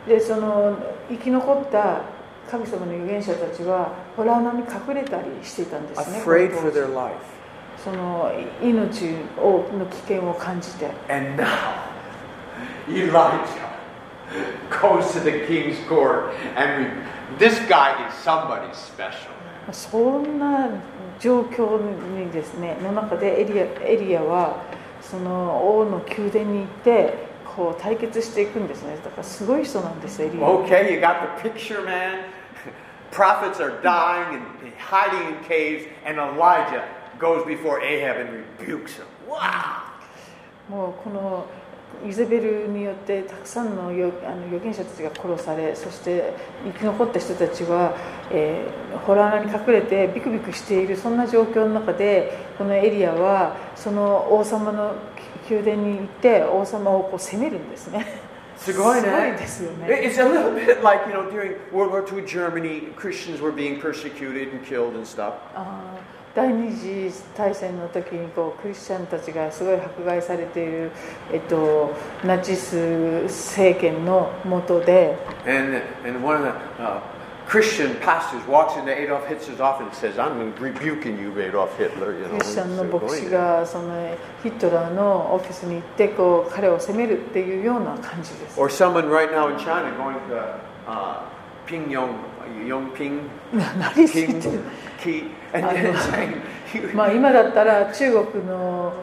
Speaker 1: でその生き残った神様の預言者たちは洞穴に隠れたりしていたんですね
Speaker 2: afraid
Speaker 1: この
Speaker 2: for
Speaker 1: 当
Speaker 2: their
Speaker 1: 時
Speaker 2: life.
Speaker 1: そのい命をの危険を感じて
Speaker 2: And now Elijah goes to the king's court, and we, this guy is somebody special.
Speaker 1: そんな状況にですねの中でエリアエリアはその王の宮殿に行ってこう対決していくんですねだからすごい人なんですエリア
Speaker 2: Okay, you got the picture, man. Prophets are dying and hiding in caves, and Elijah goes before Ahab and rebukes him. Wow!
Speaker 1: もうこのイゼベルによってたくさんの預あの預言者たちが殺されそして生き残った人たちは、えー、洞穴に隠れてビクビクしているそんな状況の中でこのエリアはその王様の宮殿に行って王様をこう攻めるんですね。すごいですよね。
Speaker 2: It's a little bit like, you know, during World War II Germany, Christians were being persecuted and killed and stuff.
Speaker 1: あー第二次大戦の時にこうクリスチャンたちがすごい迫害されている、えっと、ナチス政権の下で
Speaker 2: And, and one of the uh, Christian pastors walks into Adolf Hitler's office and says, I'm rebuking you, Adolf Hitler. You
Speaker 1: ク
Speaker 2: know,
Speaker 1: リスチャンの
Speaker 2: so
Speaker 1: 牧師
Speaker 2: going
Speaker 1: がそのヒットラーのオフィスに行ってこう彼を責めるっていうような感じで
Speaker 2: there.
Speaker 1: す。
Speaker 2: Or someone right now in China going to uh, Ping Yong,
Speaker 1: [LAUGHS]
Speaker 2: Yongping,
Speaker 1: 何して言
Speaker 2: Ping
Speaker 1: ってる
Speaker 2: Qi, and,
Speaker 1: I
Speaker 2: and
Speaker 1: know.
Speaker 2: saying, you,
Speaker 1: [LAUGHS] まあ今だったら中国の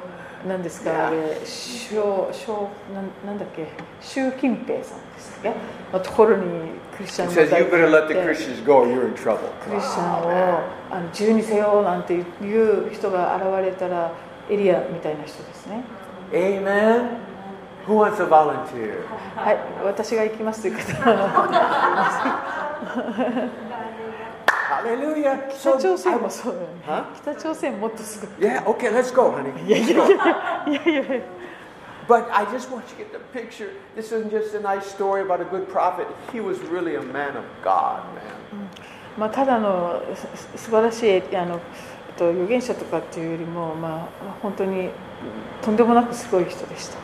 Speaker 1: 何ですかあ
Speaker 2: い
Speaker 1: れ小小なんなんだっけ習近平さんですかねのところにクリスチャン
Speaker 2: He
Speaker 1: の
Speaker 2: says, You
Speaker 1: 代表
Speaker 2: better let the
Speaker 1: で
Speaker 2: Christians go, you're in trouble.
Speaker 1: クリスチャンをあの自由にせよなんていう人が現れたらエリアみたいな人ですね
Speaker 2: Amen. Who wants
Speaker 1: [LAUGHS]
Speaker 2: to volunteer?
Speaker 1: はい私が行きますという方
Speaker 2: Hallelujah.
Speaker 1: 北朝
Speaker 2: So,
Speaker 1: 鮮も [LAUGHS] そうだよね
Speaker 2: は
Speaker 1: 北朝鮮もっとすごい
Speaker 2: yeah, okay, let's go, honey. Let's go. But I just want you to get the picture. This isn't just a nice story about a good prophet. He was really a man of God, man.
Speaker 1: まあ、ただのす素晴らしいあのえっと預言者とかっていうよりも、まあ、本当にとんでもなくすごい人でした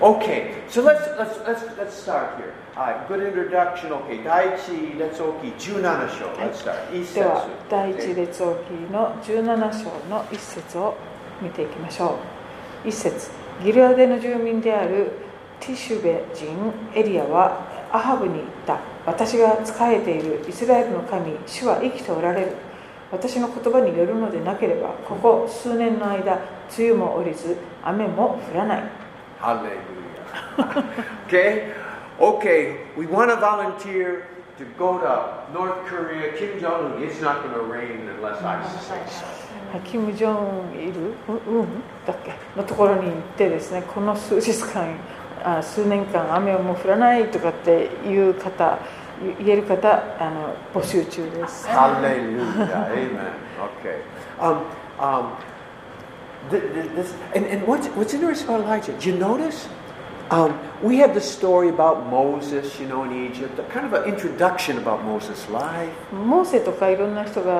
Speaker 2: Okay, so let's let's let's let's start here. All right, good introduction. Okay, Daichi, let's okay. Junana show. Let's start.
Speaker 1: では
Speaker 2: Isetsu.
Speaker 1: 第一列王記の17章の1節を見ていきましょう1節ギルアデの住民であるティシュベ人エリアはアハブに言った私が仕えているイスラエルの神主は生きておられる私の言葉によるのでなければここ数年の間梅雨も降りず雨も降らない
Speaker 2: Hallelujah. [LAUGHS] okay? Okay, we want to volunteer to go to North Korea. Kim Jong un, it's not going to rain unless I say so.
Speaker 1: はいキム・ジョンイル、ううん、だっけのところに行ってですねこの数日間あ数年間雨はもう降らないとかっていう方言える方あの募集中です。
Speaker 2: Hallelujah. Amen. Okay. Um, um, th- th- this, and and what's, what's interesting about Elijah, do you notice? Um, we have the story about Moses, you know, in Egypt, a kind of an introduction about Moses' life.
Speaker 1: モーセとかいろんな人が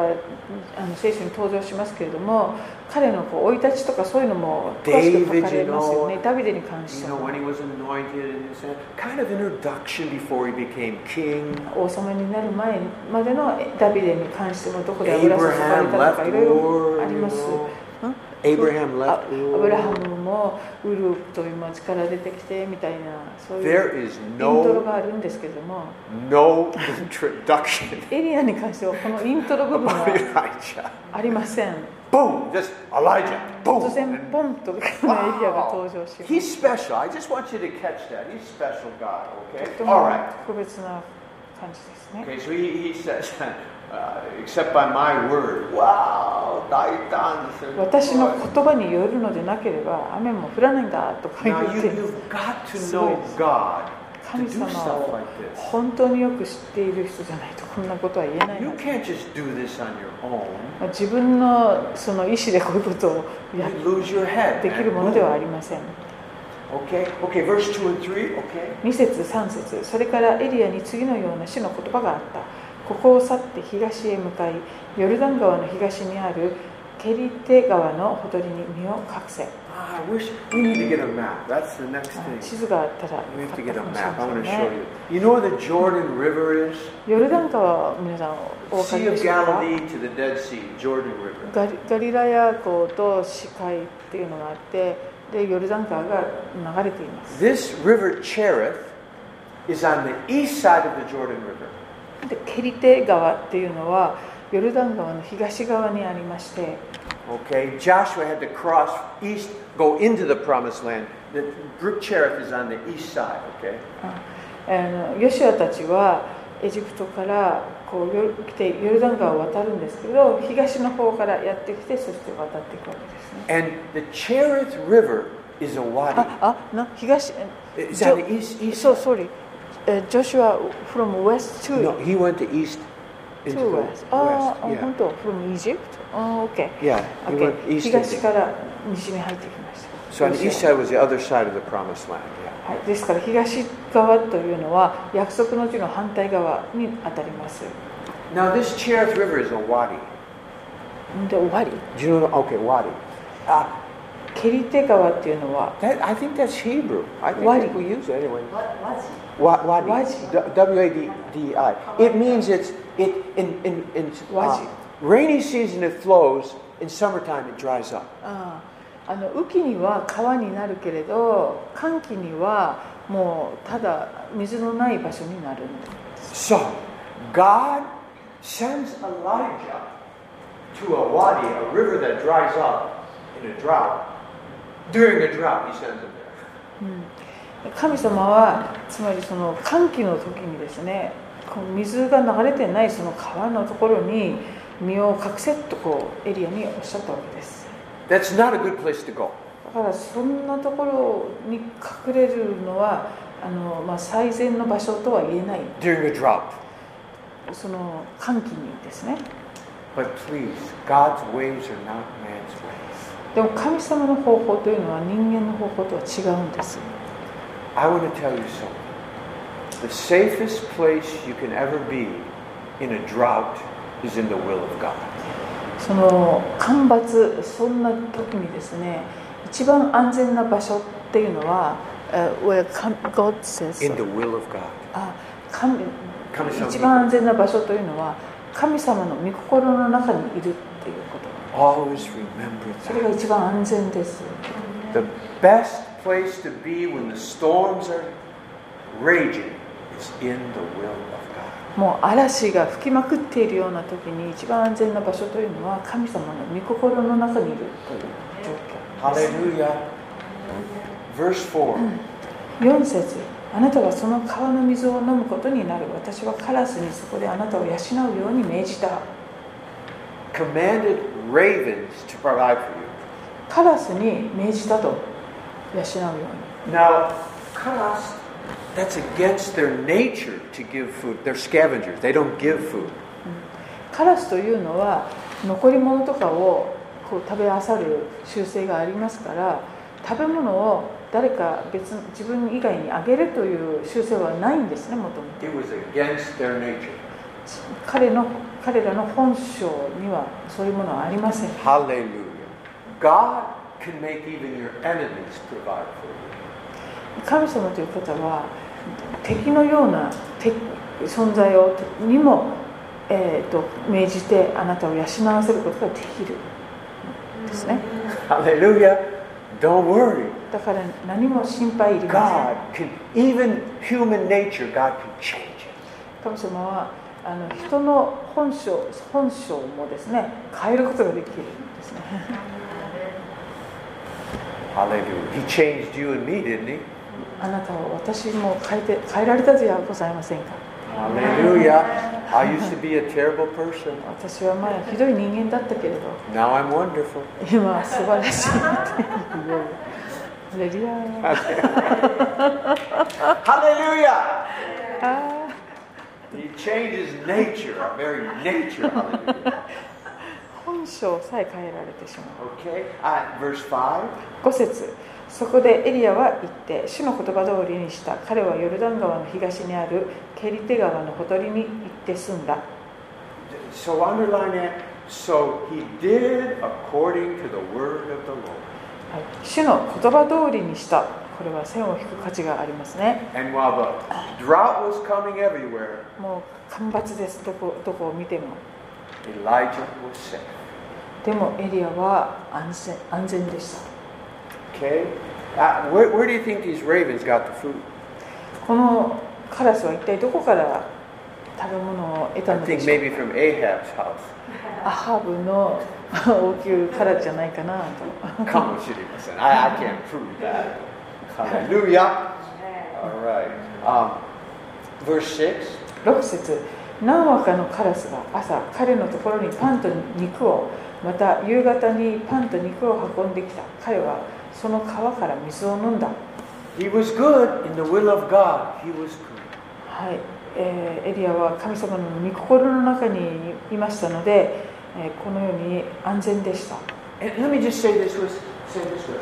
Speaker 1: あの聖書に登場しますけれども彼のこう生い立ちとかそういうのも詳しく書かれますよね
Speaker 2: David
Speaker 1: ダビデに関し
Speaker 2: You
Speaker 1: て
Speaker 2: know,
Speaker 1: も
Speaker 2: when he was anointed and this and that. kind of introduction before he became king.
Speaker 1: 王様になる前までのダビデに関してもどこで油注がれ
Speaker 2: Abraham
Speaker 1: たと
Speaker 2: left
Speaker 1: かいろい
Speaker 2: Ur,
Speaker 1: ろあり
Speaker 2: you
Speaker 1: ます。
Speaker 2: know.
Speaker 1: ん
Speaker 2: Abraham
Speaker 1: あ
Speaker 2: left
Speaker 1: アブラハ
Speaker 2: Ur.
Speaker 1: ムもウルという町から出てきてみたいなそういう
Speaker 2: There is
Speaker 1: イントロ
Speaker 2: no
Speaker 1: があるんですけども
Speaker 2: no [LAUGHS] introduction
Speaker 1: エリアに関してはこのイントロ部分
Speaker 2: [LAUGHS] about
Speaker 1: は
Speaker 2: Elijah.
Speaker 1: ありません
Speaker 2: Boom! Just Elijah.
Speaker 1: 突
Speaker 2: Boom.
Speaker 1: 然
Speaker 2: And-
Speaker 1: ポンとこのエリアが登場し
Speaker 2: Wow.
Speaker 1: ます
Speaker 2: He's special. I just want you to catch that. He's special God.
Speaker 1: と
Speaker 2: Okay.
Speaker 1: ても
Speaker 2: All right.
Speaker 1: 特別な感じですね
Speaker 2: Okay. So he, he says, [LAUGHS] uh, except by my word. Wow. Daitan.
Speaker 1: 私の言葉によるのでなければ雨も降らないんだとか言
Speaker 2: Now
Speaker 1: っ
Speaker 2: you,
Speaker 1: て
Speaker 2: you've got to
Speaker 1: So
Speaker 2: know
Speaker 1: it's-
Speaker 2: God to
Speaker 1: 神
Speaker 2: do
Speaker 1: 様
Speaker 2: stuff
Speaker 1: を
Speaker 2: like this.
Speaker 1: 本当によく知っている人じゃないとこんなことは言えない
Speaker 2: You
Speaker 1: な
Speaker 2: can't just do this on your own.
Speaker 1: まあ自分のその意思でこういうことをや
Speaker 2: You
Speaker 1: っ
Speaker 2: lose your head.
Speaker 1: できる
Speaker 2: man.
Speaker 1: ものではありません
Speaker 2: Okay. Okay. Verse two and three. Okay.
Speaker 1: 2節3節それからエリアに次のような主の言葉があったここを去って東へ向かいヨルダン川の東にあるケリテ川のほとりに身を隠せ
Speaker 2: Ah, I wish we need to get a map. That's the next
Speaker 1: あ
Speaker 2: thing.
Speaker 1: 地図があったらよ
Speaker 2: We
Speaker 1: かっ
Speaker 2: have to
Speaker 1: た
Speaker 2: get
Speaker 1: か
Speaker 2: a
Speaker 1: もし
Speaker 2: map. I
Speaker 1: れませんね
Speaker 2: want to show you. You know where the Jordan River is?
Speaker 1: ヨルダン川は皆さんお分かり
Speaker 2: Sea
Speaker 1: で
Speaker 2: of
Speaker 1: すか
Speaker 2: Galilee to the Dead Sea, Jordan River.
Speaker 1: ガリガリラヤ湖と死海っていうのがあってでヨルダン川が流れています
Speaker 2: This river Cherith is on the east side of the Jordan River.
Speaker 1: でケリテ川っていうのはヨルダン川の東側にありまして
Speaker 2: Okay, Joshua had to cross east, go into the promised land. The brook Cherith is on the east side, okay?
Speaker 1: あのヨシュアたちはエジプトからこうよ来てヨルダン川を渡るんですけど東の方からやってきてそして渡っていくわけですね
Speaker 2: And the Cherith River is a wadi.
Speaker 1: ああな東
Speaker 2: It's
Speaker 1: ジ
Speaker 2: on the
Speaker 1: ョ
Speaker 2: east, east
Speaker 1: そう sorry えジョシュア from west
Speaker 2: No,
Speaker 1: to
Speaker 2: he went to east into the
Speaker 1: to
Speaker 2: west.
Speaker 1: west
Speaker 2: Oh,
Speaker 1: ああ
Speaker 2: yeah.
Speaker 1: 本当 from Egypt あ OK
Speaker 2: yeah, he went
Speaker 1: OK
Speaker 2: east. into-
Speaker 1: 東から西に入ってきました
Speaker 2: So on the
Speaker 1: ヨ
Speaker 2: east
Speaker 1: シュア
Speaker 2: side was the other side of the promised land. Yeah.
Speaker 1: はい、ですから東側というのは約束の地の反対側に当たります
Speaker 2: Now this Cherith River is a wadi.
Speaker 1: んで終わり
Speaker 2: Do you know? the- Okay, wadi. Uh,
Speaker 1: ケリテ川っていうのは
Speaker 2: that, I think that's Hebrew. I think
Speaker 1: Wadi.
Speaker 2: we use it anyway.
Speaker 3: What, what's
Speaker 2: Wa- Wadi.
Speaker 1: Wadi.
Speaker 2: D- W a d d i. It means it's it in in in uh,
Speaker 1: Wadi.
Speaker 2: rainy season it flows. In summertime it dries up.
Speaker 1: あああの雨季には川になるけれど乾季にはもうただ水のない場所になるんだ
Speaker 2: So God sends Elijah to a wadi, a river that dries up in a drought. During a drought, he sends him there.
Speaker 1: 神様はつまりその乾季の時にですねこう水が流れてないその川のところに身を隠せとこうエリアにおっしゃったわけです
Speaker 2: That's not a good place to go.
Speaker 1: だからそんなところに隠れるのはあの、まあ、最善の場所とは言えない
Speaker 2: during a drought.
Speaker 1: その寒気にですね
Speaker 2: But please, God's ways are not man's ways.
Speaker 1: でも神様の方法というのは人間の方法とは違うんです
Speaker 2: I want to tell you something. The safest place you can ever be in a drought is in the will of God.
Speaker 1: その干ばつそんな時にですね一番安全な場所っていうのは、uh, where God says
Speaker 2: In the will of God.
Speaker 1: あ神
Speaker 2: 神様の
Speaker 1: 一番安全な場所というのは神様の御心の中にいるっていうこと。
Speaker 2: Always remember
Speaker 1: それが
Speaker 2: that.
Speaker 1: 一番安全です。
Speaker 2: The best place to be when the storms are raging is in the will of God.
Speaker 1: もう嵐が吹きまくっているような時に一番安全な場所というのは神様の御心の中にいるという状況です。
Speaker 2: Hallelujah. Verse 4.
Speaker 1: 4節あなたはその川の水を飲むことになる私はカラスにそこであなたを養うように命じた
Speaker 2: commanded ravens to provide for you.
Speaker 1: カラスに命じたと養うように
Speaker 2: Now, kalas, that's against their nature to give food. They're scavengers, they don't give food.
Speaker 1: カラスというのは残り物とかをこう食べあさる習性がありますから食べ物を誰か別の自分以外にあげるという習性はないんですねもともと
Speaker 2: It was against their nature.
Speaker 1: 彼の彼らの本性にはそういうものはありません
Speaker 2: Hallelujah. God can make even your enemies provide for you.
Speaker 1: 神様という方は敵のような敵存在をにも、えー、と命じてあなたを養わせることができるんですね
Speaker 2: Hallelujah. Don't worry.
Speaker 1: だから何も心配いりません
Speaker 2: God can, even human nature, God can change it.
Speaker 1: 神様はあの人の本性本性もですね変えることができるんですね
Speaker 2: Hallelujah. He changed you and me, didn't he?
Speaker 1: あなたを私も変えて変えられたではございませんか
Speaker 2: Hallelujah. I used to be a terrible person.
Speaker 1: 私は前ひどい人間だったけれど
Speaker 2: Now I'm wonderful.
Speaker 1: 今は素晴らしい [LAUGHS] っていうレリア
Speaker 2: Hallelujah!
Speaker 1: あー
Speaker 2: He changes nature, our very nature. Hallelujah.
Speaker 1: 本性さえ変えられてしま
Speaker 2: Okay, uh, verse 5.
Speaker 1: う5節そこでエリアは行って主の言葉通りにした彼はヨルダン川の東にあるケリテ川のほとりに行って住んだ
Speaker 2: So underline that. So he did according to the word of the Lord.
Speaker 1: はい主の言葉通りにしたこれは線を引く価値がありますね
Speaker 2: And while the drought was coming everywhere,
Speaker 1: もう干ばつですどこどこを見ても
Speaker 2: Elijah was safe.
Speaker 1: でもエリアは安全安全でした
Speaker 2: Okay? Uh, where, where do you think these ravens got the food?
Speaker 1: このカラスは一体どこから食べ物を得た
Speaker 2: I
Speaker 1: ので
Speaker 2: think
Speaker 1: しょう
Speaker 2: maybe from Ahab's house.
Speaker 1: アハブの [LAUGHS] 王宮からじゃないかなと
Speaker 2: かもしれません。I, I can't prove that. Hallelujah. All right. Um, verse 6.
Speaker 1: 6節何羽かのカラスが朝彼のところにパンと肉をまた夕方にパンと肉を運んできた彼はその川から水を飲んだ、は
Speaker 2: He was good in the will of God. He was good.
Speaker 1: いえーエリアは神様の御心の中にいましたので、えーこのように安全でした
Speaker 2: And let me just say this was say this way.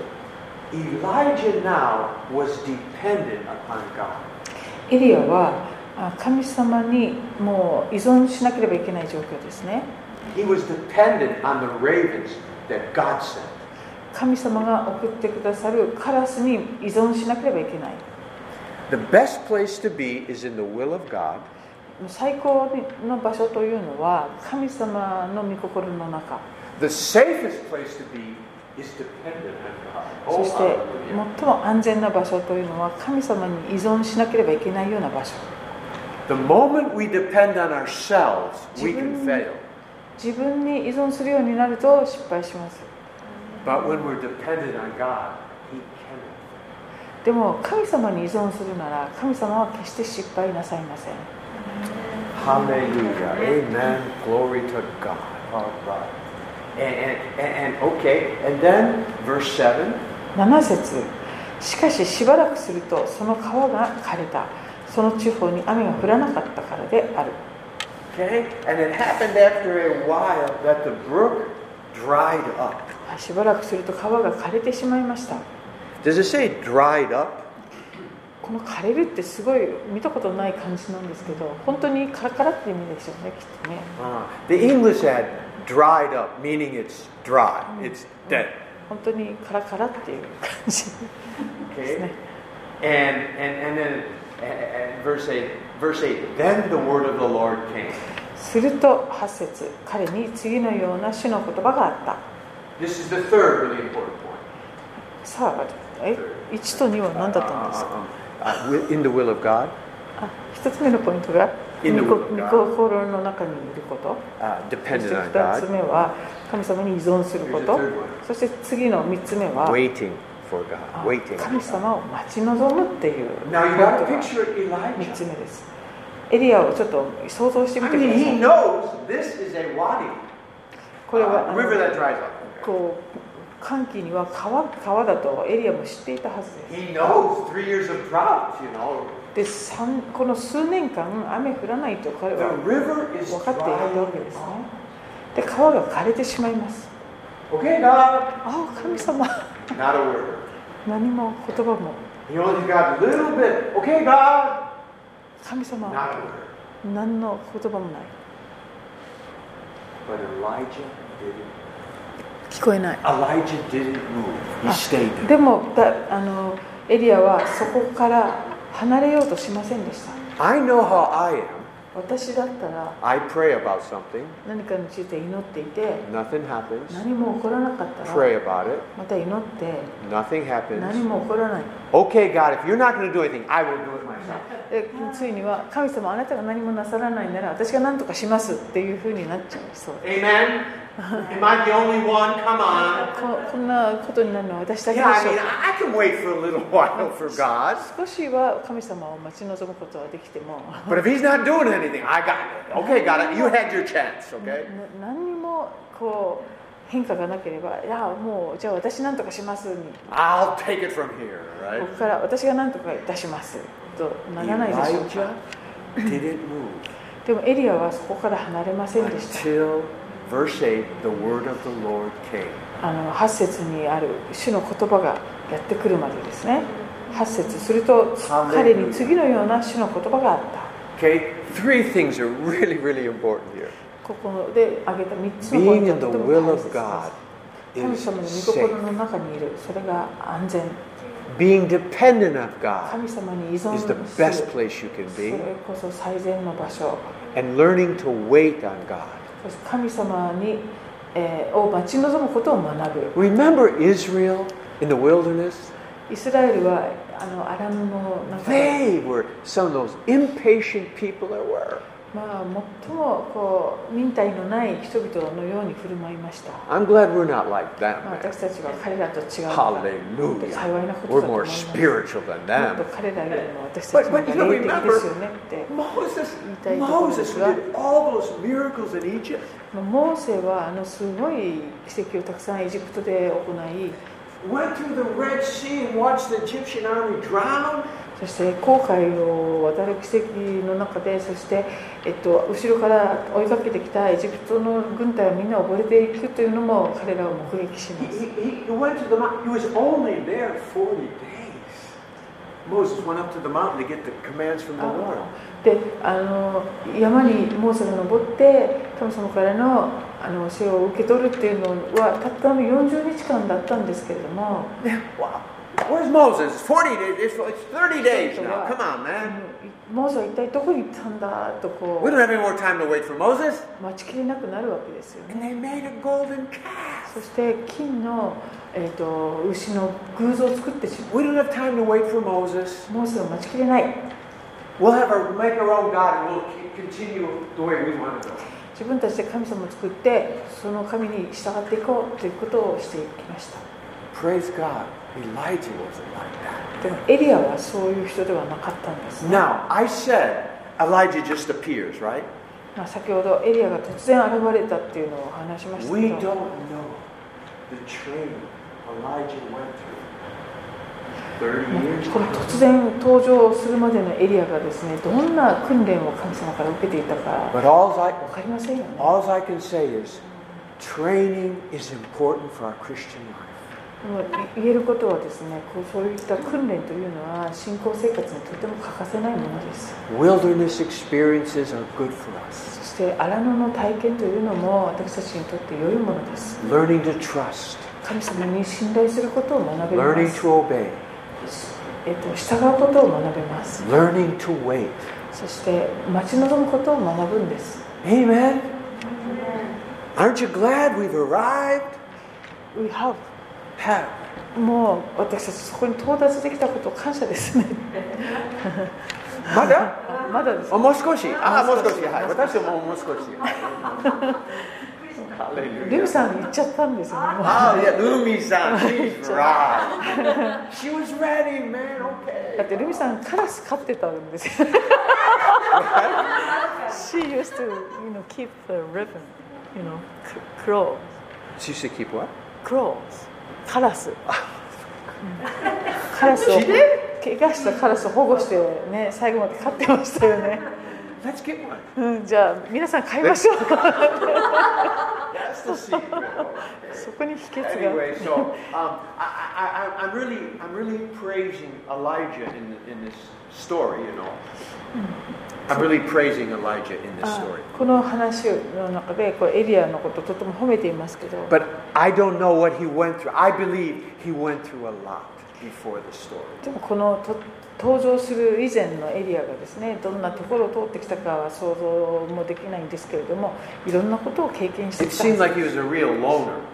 Speaker 2: Elijah now was dependent upon God.
Speaker 1: エリアはあ神様にもう依存しなければいけない状況ですね
Speaker 2: He was dependent on the ravens that God sent.
Speaker 1: 神様が送ってくださるカラスに依存しなければいけない
Speaker 2: The best place to be is in the will of God.
Speaker 1: 最高の場所というのは神様の御心の中
Speaker 2: The safest place to be is dependent on God. Oh,
Speaker 1: そして
Speaker 2: hallelujah.
Speaker 1: 最も安全な場所というのは神様に依存しなければいけないような場所
Speaker 2: The moment we depend on ourselves, we
Speaker 1: Jibun-
Speaker 2: can fail.
Speaker 1: 自分に依存するようになると失敗します
Speaker 2: But when we're dependent on God, He cannot.
Speaker 1: でも神様に依存するなら神様は決して失敗なさいません
Speaker 2: Hallelujah. Amen. Glory to God. All right. And, and, and, and okay, and then verse 7.
Speaker 1: 7節しかししばらくするとその川が枯れたその地方に雨が降らなかったからである
Speaker 2: Okay? And it happened after a while that the brook dried up.
Speaker 1: しばらくすると川が枯れてしまいました
Speaker 2: Does it say dried up?
Speaker 1: この枯れるってすごい見たことない感じなんですけど本当にカラカラって意味でしょうねきっとね
Speaker 2: Uh, the English had dried up, meaning it's dry, it's dead.
Speaker 1: 本当にカラカラっていう感じ
Speaker 2: Okay? And, and, and then and, and verse 8, verse 8, then the word of the Lord came.
Speaker 1: すると8節彼に次のような主の言葉があった
Speaker 2: This is the third really important point.
Speaker 1: さあえ1と2は何だったんですか
Speaker 2: Uh, uh, uh, in the will of God.
Speaker 1: あ1つ目のポイントが
Speaker 2: いいの
Speaker 1: 御
Speaker 2: ことか
Speaker 1: 心の中にいること
Speaker 2: uh,
Speaker 1: そして
Speaker 2: dependent on
Speaker 1: 2つ
Speaker 2: God,
Speaker 1: 目は神様に依存するこ
Speaker 2: Here's
Speaker 1: と
Speaker 2: the third one.
Speaker 1: そして次の3つ目は
Speaker 2: waiting for God,
Speaker 1: あ
Speaker 2: waiting.
Speaker 1: Ah。神様を待ち望むっていう
Speaker 4: Now you got to
Speaker 1: ポイントが
Speaker 4: picture
Speaker 1: 3つ
Speaker 4: Elijah.
Speaker 1: 目ですエリアをちょっと想像してみ
Speaker 2: I
Speaker 1: てくだ
Speaker 2: mean,
Speaker 1: さ
Speaker 2: he
Speaker 1: い
Speaker 2: knows this is a wadi,
Speaker 1: これ
Speaker 2: uh,
Speaker 1: はあ
Speaker 2: river
Speaker 1: の
Speaker 2: that dries up.
Speaker 1: こう寒気には川川だとエリアも知っていたはずです
Speaker 2: He knows three years of drought, you know.
Speaker 1: で三この数年間雨降らないと彼
Speaker 4: The
Speaker 1: は
Speaker 4: river is
Speaker 1: 分かっていたわけです
Speaker 4: drying
Speaker 1: ね
Speaker 4: up.
Speaker 1: で川が枯れてしまいます
Speaker 4: Okay, God,
Speaker 1: ああ神様
Speaker 2: Not a word.
Speaker 1: 何も言葉も
Speaker 2: He only got a little bit. Okay, God.
Speaker 1: 神様
Speaker 2: Not a word.
Speaker 1: 何の言葉もない
Speaker 2: But Elijah didn't.
Speaker 1: 聞こえない
Speaker 2: Elijah didn't move. He
Speaker 1: Ah.
Speaker 2: stayed there.
Speaker 1: でもだあのエリアはそこから離れようとしませんでした
Speaker 2: I know how I am.
Speaker 1: 私だったら
Speaker 2: I pray about something,
Speaker 1: 何かについて祈っていて
Speaker 2: nothing happens.
Speaker 1: 何も起こらなかったら
Speaker 2: Pray about it,
Speaker 1: また祈って
Speaker 2: nothing
Speaker 1: 何
Speaker 2: happens.
Speaker 1: も起こらない
Speaker 2: Okay, God, if you're not going to do anything, I will do it myself.
Speaker 1: でついには神様あなたが何もなさらないなら私が何とかしますっていうふうになっちゃいそう
Speaker 2: Amen? Am I the only one? Come on.
Speaker 1: ここんなことになるのは私だけ
Speaker 2: Yeah,
Speaker 1: でし
Speaker 2: I mean,
Speaker 1: ょ
Speaker 2: I can wait for a little [LAUGHS] while for God.
Speaker 1: 少しは神様を待ち望むことはできても
Speaker 2: But if He's not doing anything, I got it. Okay, God, you had your chance, okay?
Speaker 1: な何にもこう変化がなければいやもうじゃあ私何とかしますに
Speaker 2: I'll take it from here,
Speaker 1: こ
Speaker 2: right?
Speaker 1: こから私が何とかいたしますとならないでしょうか
Speaker 2: didn't move
Speaker 1: でもエリアはそこから離れませんでした
Speaker 2: until verse 8 the word of the Lord came.
Speaker 1: あの8節にある主の言葉がやってくるまでですね8節すると彼に次のような主の言葉があった
Speaker 2: Okay, three things are really, really important here.
Speaker 1: ここで挙げた3つのポイント
Speaker 2: Being in
Speaker 1: が
Speaker 2: the
Speaker 1: とても
Speaker 2: will
Speaker 1: 大
Speaker 2: of
Speaker 1: 切です
Speaker 2: God
Speaker 1: 神
Speaker 2: is
Speaker 1: 様の御
Speaker 2: safe.
Speaker 1: 心の中にいるそれが安全
Speaker 2: Being dependent on God
Speaker 1: 神様に依存
Speaker 2: is
Speaker 1: す
Speaker 2: the
Speaker 1: る
Speaker 2: best place you can
Speaker 1: そ
Speaker 2: be,
Speaker 1: れこそ最善の場所
Speaker 2: and learning to wait on God.
Speaker 1: そして神様に、えーを待ち望むことを学ぶ
Speaker 2: Remember Israel in the wilderness?
Speaker 1: イスラエルはあのアラムの中で、
Speaker 2: They were some of those impatient people there were.
Speaker 1: まあ、最もこう忍耐のない人々のように振る舞いました、
Speaker 2: I'm glad we're not like
Speaker 1: まあ、
Speaker 2: them.
Speaker 1: 私たちは彼らと違うのが本当に
Speaker 2: Hallelujah.
Speaker 1: 幸いなことだ
Speaker 2: We're
Speaker 1: と思い
Speaker 2: more
Speaker 1: ます
Speaker 2: spiritual
Speaker 1: も
Speaker 2: than
Speaker 1: っと
Speaker 2: them.
Speaker 1: 彼らよりも私たちの方
Speaker 2: But- but you
Speaker 1: が
Speaker 2: know,
Speaker 1: 霊的ですよねって
Speaker 2: Moses,
Speaker 1: Thank you.
Speaker 2: Moses did all those miracles in Egypt.
Speaker 1: モーセはあのすごい奇跡をたくさんエジプトで行い
Speaker 4: went through the Red Sea and watched the Egyptian army drown.
Speaker 1: そして航海を渡る奇跡の中でそして、えっと、後ろから追いかけてきたエジプトの軍隊はみんな溺れていくというのも彼らを目撃し
Speaker 4: He,
Speaker 1: ます
Speaker 4: he, he went to the mountain. He was only there 40 days.
Speaker 2: Moses went up to the mountain to get the commands from the Lord.
Speaker 1: であの山にモーセが登って神様からのあの教えを受け取るっていうのはたったの40日間だったんですけれども
Speaker 2: Wow. Where's Moses? It's 40 days. It's, it's 30 days now. Come on,
Speaker 1: あ
Speaker 2: man.
Speaker 1: のモーセは一体どこに行ったんだとこ
Speaker 2: We
Speaker 1: う
Speaker 2: don't have any more time to wait for Moses.
Speaker 1: 待ちきれなくなるわけですよね
Speaker 2: And they made a golden calf.
Speaker 1: そして金の、えー、と牛の偶像を作ってしまう
Speaker 2: We don't have time to wait for Moses.
Speaker 1: モーセは待ちきれない
Speaker 2: We'll have our make our own God, and we'll keep- continue the way we want to go.
Speaker 1: 自分たちで神様を作ってその神に従っていこうということをしていきました
Speaker 2: Praise God. Elijah wasn't like that.
Speaker 1: でもエリアはそういう人ではなかったんです
Speaker 2: Now I said Elijah just appears, right?
Speaker 1: まあ先ほどエリアが突然現れたっていうのを話しました
Speaker 5: We
Speaker 1: けど
Speaker 5: don't know the training Elijah went through.
Speaker 2: 30
Speaker 1: もう
Speaker 2: years.
Speaker 1: この突然登場するまでのエリアがですねどんな訓練を神様から受けていたか
Speaker 2: But all I,
Speaker 1: 分かりませんよね
Speaker 2: all I can say is training is important for our Christian life.
Speaker 1: でも言えることはですねこうそういった訓練というのは信仰生活にとても欠かせないものです
Speaker 2: Wilderness experiences are good for us.
Speaker 1: そして荒野の体験というのも私たちにとって良いものです
Speaker 2: Learning to trust,
Speaker 1: 神様に信頼することを学べま
Speaker 2: learning
Speaker 1: す
Speaker 2: to obey,
Speaker 1: えっと、従うことを学べます
Speaker 2: learning to wait.
Speaker 1: そして待ち望むことを学ぶんです
Speaker 2: Amen. Aren't you glad we've arrived?
Speaker 1: We have
Speaker 2: Have.
Speaker 1: もう私たちそこに到達できたこと感謝ですね
Speaker 2: まだ
Speaker 1: まだ
Speaker 2: Oh,
Speaker 1: です
Speaker 2: Ah,
Speaker 1: リュウさん言っちゃったんですよねもう
Speaker 2: Ah, あもう少しあ私はもうもう少しはい私はもう少し she's right she was ready man okay
Speaker 1: だってルミさんカラス飼ってたんですよ。She used to, you know, keep the ribbon, you know, c- crows,
Speaker 2: she should keep what
Speaker 1: crows, カラス。うんカラスを
Speaker 2: She
Speaker 1: 怪我したカラスを保護してね最後まで飼ってましたよね。
Speaker 2: let's get one
Speaker 1: うんじゃあ皆さん飼いましょう。
Speaker 2: that's the secret
Speaker 1: そこに秘訣が。
Speaker 2: Anyway, so um, I, I, I, I'm really, I'm really praising Elijah in, in this story. You know, I'm really praising Elijah in this
Speaker 1: あ
Speaker 2: story.
Speaker 1: この話の中でこうエリアのこととても褒めていますけど。
Speaker 2: But I don't know what he went through. I believe he went through a lot before the story.
Speaker 1: でもこのと登場する以前のエリアがですねどんなところを通ってきたかは想像もできないんですけれどもいろんなことを経験してき
Speaker 2: It
Speaker 1: た
Speaker 2: seemed like he was a real loner. You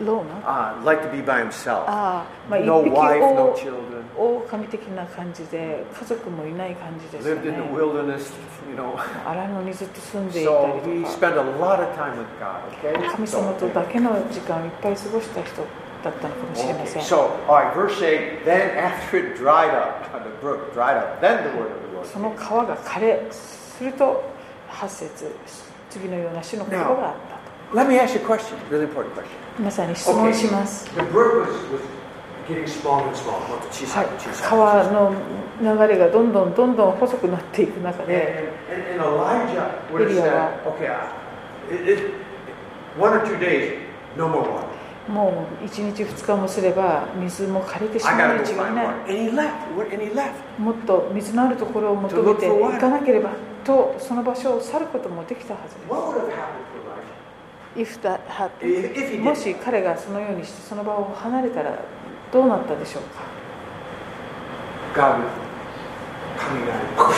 Speaker 2: know,
Speaker 1: ローナ
Speaker 2: uh, liked to be by himself.
Speaker 1: ああまあ一
Speaker 2: No
Speaker 1: 匹
Speaker 2: wife, no
Speaker 1: を
Speaker 2: children.
Speaker 1: 狼的な感じで家族もいない感じでした
Speaker 2: Lived in the
Speaker 1: ね
Speaker 2: wilderness. You know,
Speaker 1: 荒野にずっと住んでいた
Speaker 2: so
Speaker 1: り
Speaker 2: he
Speaker 1: とか
Speaker 2: spent a lot of time with God. Okay.
Speaker 1: 神様と
Speaker 2: So-
Speaker 1: だけの時間をいっぱい過ごした人だったのかもしれませ
Speaker 2: Okay,
Speaker 1: ん
Speaker 2: so, all right, verse 8 then after it dried up, [LAUGHS] uh, the brook dried up, then the word of the Lord.
Speaker 1: その
Speaker 2: came.
Speaker 1: 川が枯れすると8節次のような種のことがあったと
Speaker 2: Let me ask you a question, really important question.
Speaker 1: 皆さんに質問します、
Speaker 5: The brook was, was getting smaller and smaller.
Speaker 2: What did she
Speaker 1: は
Speaker 2: say?
Speaker 1: い
Speaker 2: What did she say?
Speaker 1: 川の流れがどんどんどんどん細くなっていく中
Speaker 5: And,
Speaker 1: で
Speaker 5: and, and Elijah would have said, okay, I- it, it, one or two days, no more water.
Speaker 1: もう1日2日もすれば水も枯れてし
Speaker 5: I
Speaker 1: まう
Speaker 5: gotta go
Speaker 1: に違い
Speaker 5: find
Speaker 1: な
Speaker 5: water.
Speaker 1: い
Speaker 5: And he left. What- And he left.
Speaker 1: もっと水のあるところを求めて行かなければとその場所を去ることもできたはず
Speaker 5: What would have happened to Elijah?
Speaker 1: です If that happened,
Speaker 5: If, if he
Speaker 1: も
Speaker 5: did,
Speaker 1: し彼がそのようにしてその場を離れたらどうなったでしょうか
Speaker 5: God would come down.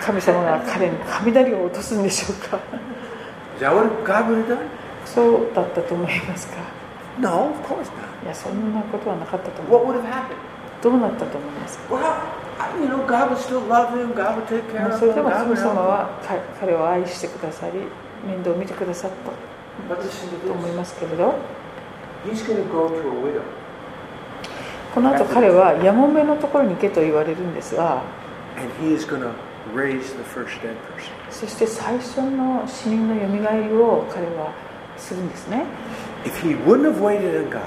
Speaker 1: 神様が彼に雷を落とすんでしょうか [LAUGHS]
Speaker 2: Is that what God would have done?
Speaker 1: そうだったと思いますか
Speaker 2: No, of course not.
Speaker 1: いやそんなことはなかったと思
Speaker 2: What
Speaker 1: う
Speaker 2: would have happened?
Speaker 1: どうなったと思いますか
Speaker 5: Well, I- you know, God would still love him. God would take
Speaker 1: ま
Speaker 5: care
Speaker 1: あ
Speaker 5: of
Speaker 1: それ
Speaker 5: him.
Speaker 1: でも
Speaker 5: God
Speaker 1: 神
Speaker 5: would
Speaker 1: 様
Speaker 5: help
Speaker 1: はか彼を愛してくださり面倒を見てくださっ
Speaker 5: him. But listen to
Speaker 1: たと思い
Speaker 5: this.
Speaker 1: ますけれど
Speaker 5: He's going to go to a widow.
Speaker 1: この後彼はやもめのところに行けと言われるんですが
Speaker 2: And he is going to raise the first dead person.
Speaker 1: そして最初の死人のよみがえりを彼はするんですね
Speaker 2: If he wouldn't have waited on God,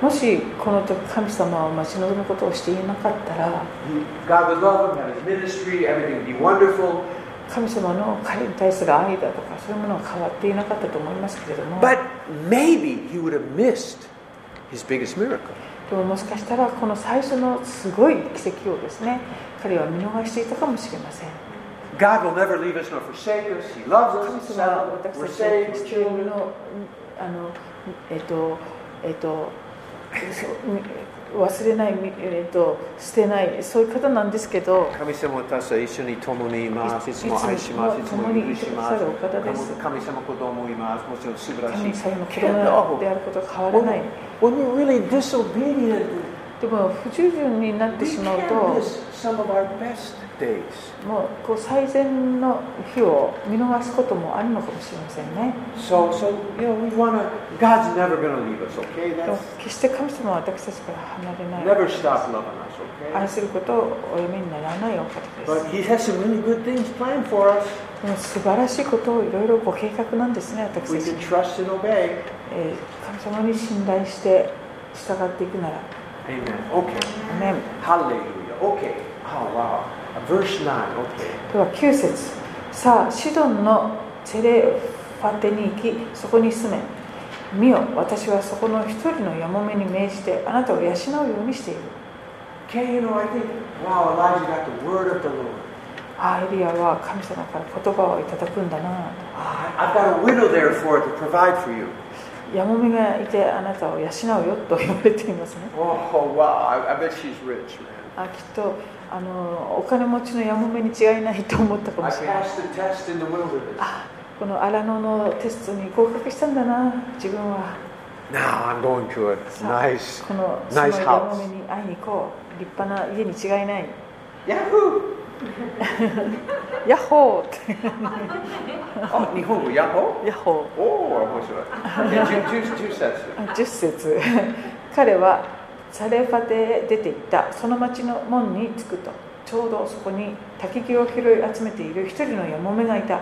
Speaker 1: もしこの時神様を待ち望むことをしていなかったら
Speaker 5: He, God would love him, have his ministry, everything would be wonderful.
Speaker 1: 神様の彼に対する愛だとかそういうものは変わっていなかったと思いますけれども
Speaker 2: but maybe he would have missed his biggest miracle.
Speaker 1: でももしかしたらこの最初のすごい奇跡をですね彼は見逃していたかもしれません
Speaker 2: God will never leave us nor forsake us. He loves
Speaker 1: 神
Speaker 2: us. He's
Speaker 1: 様は
Speaker 2: sovereign.
Speaker 1: 私
Speaker 5: We're
Speaker 1: たちの
Speaker 5: saved,
Speaker 1: キ
Speaker 5: we're
Speaker 1: リスト教
Speaker 5: children.
Speaker 1: のあのえっとえっとそう忘れないえっと捨てないそういう方なんですけど
Speaker 2: 神様私は一緒に共にいます。い
Speaker 1: い
Speaker 2: つも愛します。いつも
Speaker 1: いつも共
Speaker 2: 許しま
Speaker 1: にいてくださ
Speaker 2: す
Speaker 1: るお方で。す
Speaker 2: 神様子供います。もちろん素晴らしい
Speaker 1: 神。様の子
Speaker 2: けど
Speaker 1: 供であることが変わらない
Speaker 2: When, when we're really disobedient,
Speaker 1: でも不従順になって
Speaker 2: We
Speaker 1: しまう
Speaker 2: can
Speaker 1: と
Speaker 2: miss some of our best days.
Speaker 1: もうこう最善の日を見逃すこともあるのかもしれませんね
Speaker 2: So, so you know, we want to. God's never going to leave us. Okay,
Speaker 1: でも
Speaker 2: that's
Speaker 1: 決して神様は私たちから離れない
Speaker 2: never stop loving us. Okay.
Speaker 1: 愛することをおやめにならないお方です
Speaker 2: But He has some really good things planned for us.
Speaker 1: でも素晴らしいことをいろいろご計画なんですね
Speaker 2: If
Speaker 1: 私
Speaker 2: We
Speaker 1: たち
Speaker 2: can trust and obey.
Speaker 1: えー神様に信頼して従っていくなら
Speaker 2: Amen. Okay.
Speaker 1: アメン
Speaker 2: Hallelujah. Okay. Oh wow. Verse nine. Okay.
Speaker 1: では9節さあシドンのチェレファテに行きそこに住め見よ私はそこの一人のやもめに命じてあなたを養うようにしている
Speaker 2: Okay. You know, I think wow, Elijah got the word of the Lord.
Speaker 1: ああエリアは神様から言葉をいただくんだなと
Speaker 2: Ah, I- I've got a widow there for it to provide for you.
Speaker 1: ヤモメがいてあなたを養うよと言われていますね [LAUGHS]
Speaker 2: Oh, oh, wow. I, I bet she's rich, man.
Speaker 1: あきっとあのお金持ちのヤモメに違いないと思ったか
Speaker 2: I
Speaker 1: もしれない
Speaker 2: passed the test in the wilderness.
Speaker 1: あこの荒野のテストに合格したんだな自分は
Speaker 3: Now I'm going to a
Speaker 1: さあ
Speaker 3: nice.
Speaker 1: このその
Speaker 3: Nice
Speaker 1: ヤ
Speaker 3: house.
Speaker 1: モメに会いに行こう立派な家に違いない
Speaker 2: Yahoo!
Speaker 1: ヤッホーって
Speaker 2: Oh, Nihongo, Yahoo!
Speaker 1: ヤッホ
Speaker 2: Oh, I was right. Okay, two, two, two sets.
Speaker 1: ー10節 [LAUGHS] 彼はサレファテへ出て行ったその町の門に着くとちょうどそこに焚き木を拾い集めている一人のヤモメがいた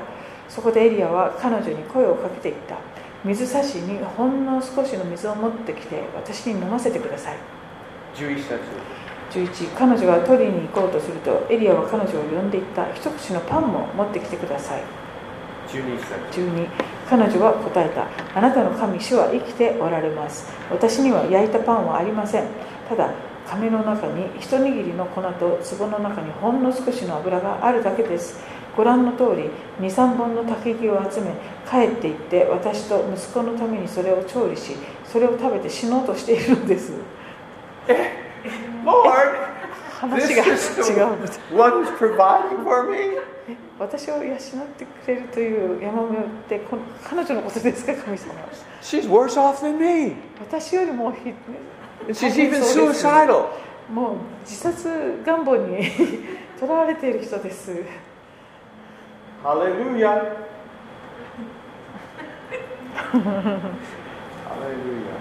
Speaker 1: そこでエリアは彼女に声をかけていった水差しにほんの少しの水を持ってきて私に飲ませてください
Speaker 2: Jewish sets.
Speaker 1: 11彼女が取りに行こうとするとエリアは彼女を呼んでいった一口のパンも持ってきてください
Speaker 2: Jewish sets.
Speaker 1: 12彼女は答えたあなたの神主は生きておられます私には焼いたパンはありませんただ亀の中に一握りの粉と壺の中にほんの少しの油があるだけですご覧の通り23本の焚き木を集め帰って行って私と息子のためにそれを調理しそれを食べて死のうとしているのです
Speaker 2: Lord,
Speaker 1: 話が違
Speaker 2: This is the-
Speaker 1: うのだ
Speaker 2: one who's providing for me?
Speaker 1: 私を養ってくれるという山をってこの彼女のことですか神様
Speaker 3: She's worse off than me.
Speaker 1: 私よりもひ
Speaker 3: And she's
Speaker 1: I think
Speaker 3: even
Speaker 1: so, isn't it?
Speaker 3: suicidal.
Speaker 1: もう自殺願望に [LAUGHS] とらわれている人です。
Speaker 2: Hallelujah. Hallelujah.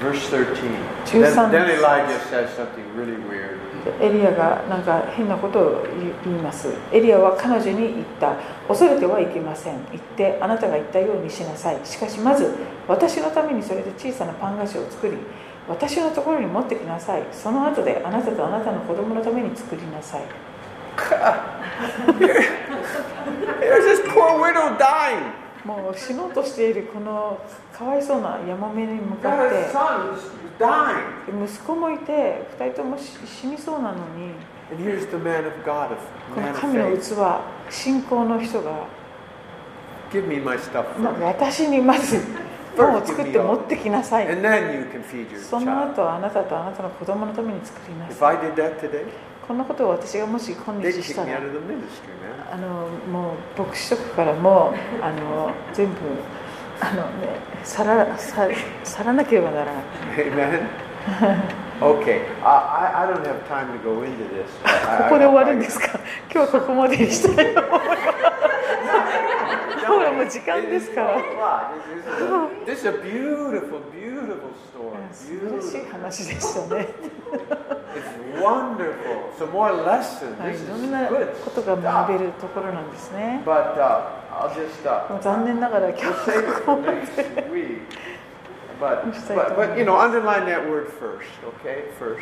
Speaker 2: Verse 13. Then,
Speaker 1: Two-son.
Speaker 2: then Elijah says something really weird.
Speaker 1: エリアがなんか変なことを言います。エリアは彼女に言った。恐れてはいけません。言ってあなたが言ったようにしなさい。しかしまず私のためにそれで小さなパン菓子を作り、私のところに持ってきなさい。その後であなたとあなたの子供のために作りなさい。
Speaker 3: There's this poor widow dying.
Speaker 1: もう死のうとしているこのかわいそうなヤモメに向かっ
Speaker 2: Got a
Speaker 1: て
Speaker 2: son who's dying.
Speaker 1: 息子もいて2人とも死死にそうなのに。
Speaker 3: And here's the man of God, a
Speaker 1: この
Speaker 3: man
Speaker 1: 神の
Speaker 3: of faith.
Speaker 1: 器、信仰の人が、
Speaker 3: Give me my stuff
Speaker 1: ま
Speaker 3: first.
Speaker 1: 私にまずパンを作って持ってきなさい。
Speaker 3: And then you can feed your
Speaker 1: その
Speaker 3: child.
Speaker 1: 後あなたとあなたの子供のために作りな
Speaker 3: If
Speaker 1: さい。
Speaker 3: I did that today,
Speaker 1: こんなことを私がもし今
Speaker 3: they'd
Speaker 1: 日
Speaker 3: kick
Speaker 1: し
Speaker 3: me
Speaker 1: たら
Speaker 3: out、of the ministry, man.
Speaker 1: あのもう牧師職からもうあの全部あの、ね、さらさ去らなければならない。
Speaker 3: Amen.
Speaker 2: Okay, I, I- I don't have time to go into this.
Speaker 1: ここで終わるんですか今日はここまでにしたいと思います。ほらもう時間ですから。
Speaker 2: This is a- this is a beautiful, beautiful story.
Speaker 1: 素晴らし
Speaker 2: Beautiful.
Speaker 1: い話でしたね。
Speaker 2: It's wonderful. Some more lessons.
Speaker 1: はい、
Speaker 2: This
Speaker 1: い
Speaker 2: is
Speaker 1: ろんな
Speaker 2: good
Speaker 1: ことが学
Speaker 2: stuff.
Speaker 1: べるところなんですね。
Speaker 2: But uh, I'll just uh,
Speaker 1: もう残念ながら今日
Speaker 2: we'll save
Speaker 1: は
Speaker 2: it
Speaker 1: ここ
Speaker 2: for
Speaker 1: まで
Speaker 2: next week. But,
Speaker 1: We'll save
Speaker 2: but,
Speaker 1: it.
Speaker 2: but you know, underline that word first, okay? First.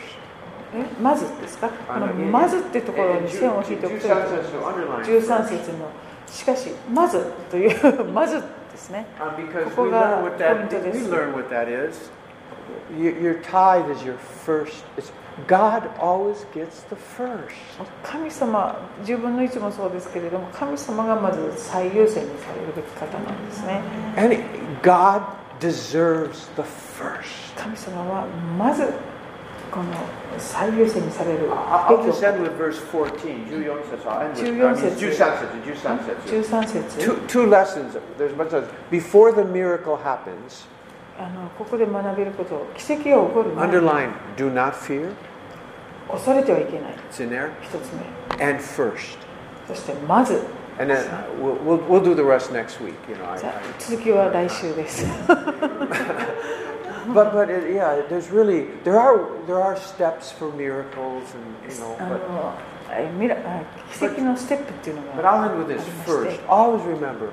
Speaker 1: えまずですかこの
Speaker 2: あのいや
Speaker 1: まずってところ
Speaker 2: And
Speaker 1: に
Speaker 2: ju-
Speaker 1: 線を引いておく
Speaker 2: ju-
Speaker 1: と
Speaker 2: 13 says to underline
Speaker 1: 13
Speaker 2: first.
Speaker 1: 節のしかしまずというまずですね
Speaker 2: Uh, because
Speaker 1: ここ
Speaker 2: we
Speaker 1: が
Speaker 2: learn what that
Speaker 1: ポイントです。
Speaker 2: we learn what that is.
Speaker 3: Your, your tithe is your first. It's, God always gets the first.
Speaker 1: 神様10分の1もそうですけれども神様がまず最優先にされるべき方なんですね
Speaker 3: And it- God deserves the first.
Speaker 1: 神様はまずこの最優先にされるべき
Speaker 2: I- I'll just
Speaker 1: を
Speaker 2: end with verse 14. 14節 I'll end with, I mean,
Speaker 1: 14
Speaker 2: 13
Speaker 1: 節。
Speaker 2: 節、13節。
Speaker 1: 13節
Speaker 3: Two, two lessons. There's much lessons. Before the miracle happens,
Speaker 1: あのここで学べること奇跡が起こる前に
Speaker 2: Underline, do not fear.
Speaker 1: 恐れてはいけない
Speaker 2: It's in there.
Speaker 1: 一つ目
Speaker 2: And first.
Speaker 1: そしてまず
Speaker 2: And then uh, we'll, we'll, we'll do the rest next week. You know, I,
Speaker 1: じゃ
Speaker 2: I-
Speaker 1: あ続きは来週です
Speaker 2: but but it, yeah, there's really there are there are steps for miracles and you know.
Speaker 1: あ
Speaker 2: But,
Speaker 1: のえミラあ奇跡のステップっていうの
Speaker 2: but
Speaker 1: が
Speaker 2: I'll end with this first. Always remember,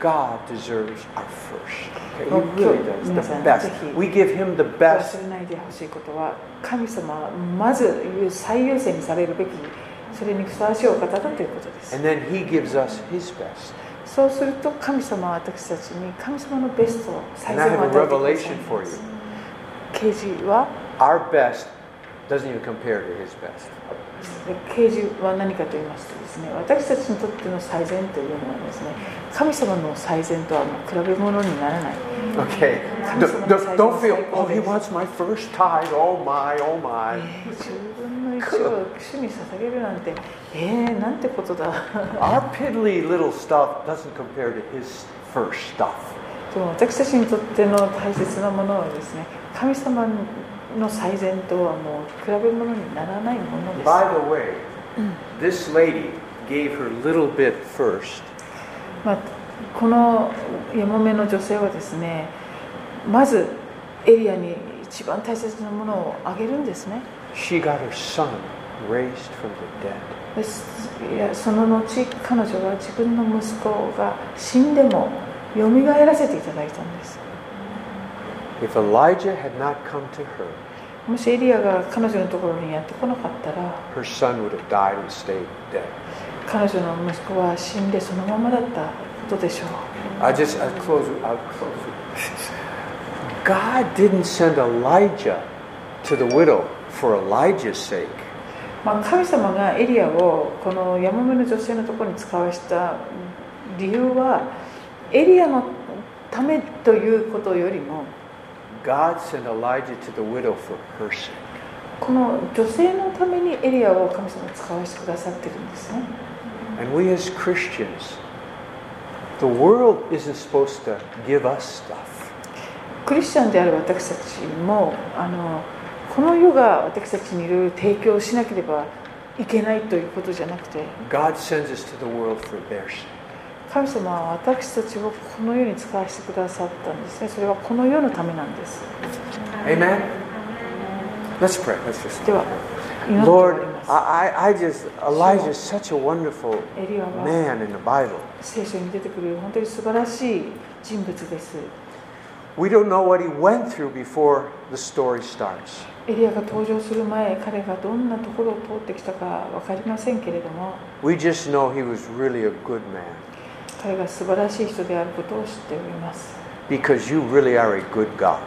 Speaker 2: God deserves our first. Okay, he
Speaker 1: Well,
Speaker 2: really
Speaker 1: good.
Speaker 2: does the
Speaker 1: Yes, and
Speaker 2: best.
Speaker 1: he-
Speaker 2: We give Him the
Speaker 1: 忘
Speaker 2: best.
Speaker 1: れないでほしいことは神様はまず最優先にされるべきそれにふさわしいお方だということです
Speaker 2: And then he gives us his best.
Speaker 1: そうすると神様は私たちに神様のベストを最
Speaker 2: And
Speaker 1: 善
Speaker 2: I
Speaker 1: を
Speaker 2: have a
Speaker 1: 与えてください
Speaker 2: revelation
Speaker 1: ま
Speaker 2: for
Speaker 1: す
Speaker 2: you.
Speaker 1: 啓示は
Speaker 2: Our best doesn't even compare to his best.
Speaker 1: 啓示は何かと言いますとですね私たちにとっての最善というのはですね神様の最善とはもう比べ物にならない
Speaker 2: Okay. Don't, don't- don't feel, oh, he wants my first tithe. Oh, my, oh,
Speaker 1: え
Speaker 2: my.
Speaker 1: ー自分の一を主に捧げるなんてえー、なんてことだ
Speaker 2: Our piddly little stuff doesn't compare to his first stuff.
Speaker 1: でも私たちにとっての大切なものはですね神様の最善とはもう比べ物にならないものです
Speaker 2: By the way, this lady gave her little bit first.
Speaker 1: まあ、このやもめの女性はですねまずエリアに一番大切なものをあげるんですね
Speaker 2: She got her son raised from the dead.
Speaker 1: ですいやその後彼女は自分の息子が死んでもよみがえらせていただいたんです
Speaker 2: If Elijah had not come to her,
Speaker 1: もしエリアが彼女のところにやってこなかったら
Speaker 2: her son would have died and stayed dead.
Speaker 1: 彼女の息子は死んでそのままだったことでしょう
Speaker 2: I just I close. I close. with- God didn't send Elijah to the widow for Elijah's sake.
Speaker 1: まあ、神様がエリアをこのヤモメの女性のところに使わした理由はエリアのためということよりも
Speaker 2: God sent Elijah to the widow for her sake.
Speaker 1: この女性のためにエリアを神様が使わしてくださってるんですね
Speaker 2: And we as Christians, the world isn't supposed to give us stuff.
Speaker 1: クリスチャンである私たちもあのこの世が私たちにいろいろ提供しなければいけないということじゃなくて
Speaker 2: God sends us to the world for their sake.
Speaker 1: 神様は私たちをこの世に使わせてくださったんですねそれはこの世のためなんです
Speaker 2: Amen. Let's pray. Let's just.
Speaker 1: では祈ってお
Speaker 2: Lord,
Speaker 1: ります
Speaker 2: I, I I just Elijah is such a wonderful
Speaker 1: エリアは
Speaker 2: man in the Bible.
Speaker 1: 聖書に出てくる本当に素晴らしい人物です。
Speaker 2: We don't know what he went through before the story starts.
Speaker 1: エリアが登場する前、彼がどんなところを通ってきたか分かりませんけれども、
Speaker 2: We just know he was really a good man
Speaker 1: 彼が素晴らしい人であることを知っております。
Speaker 2: because you really are a good God.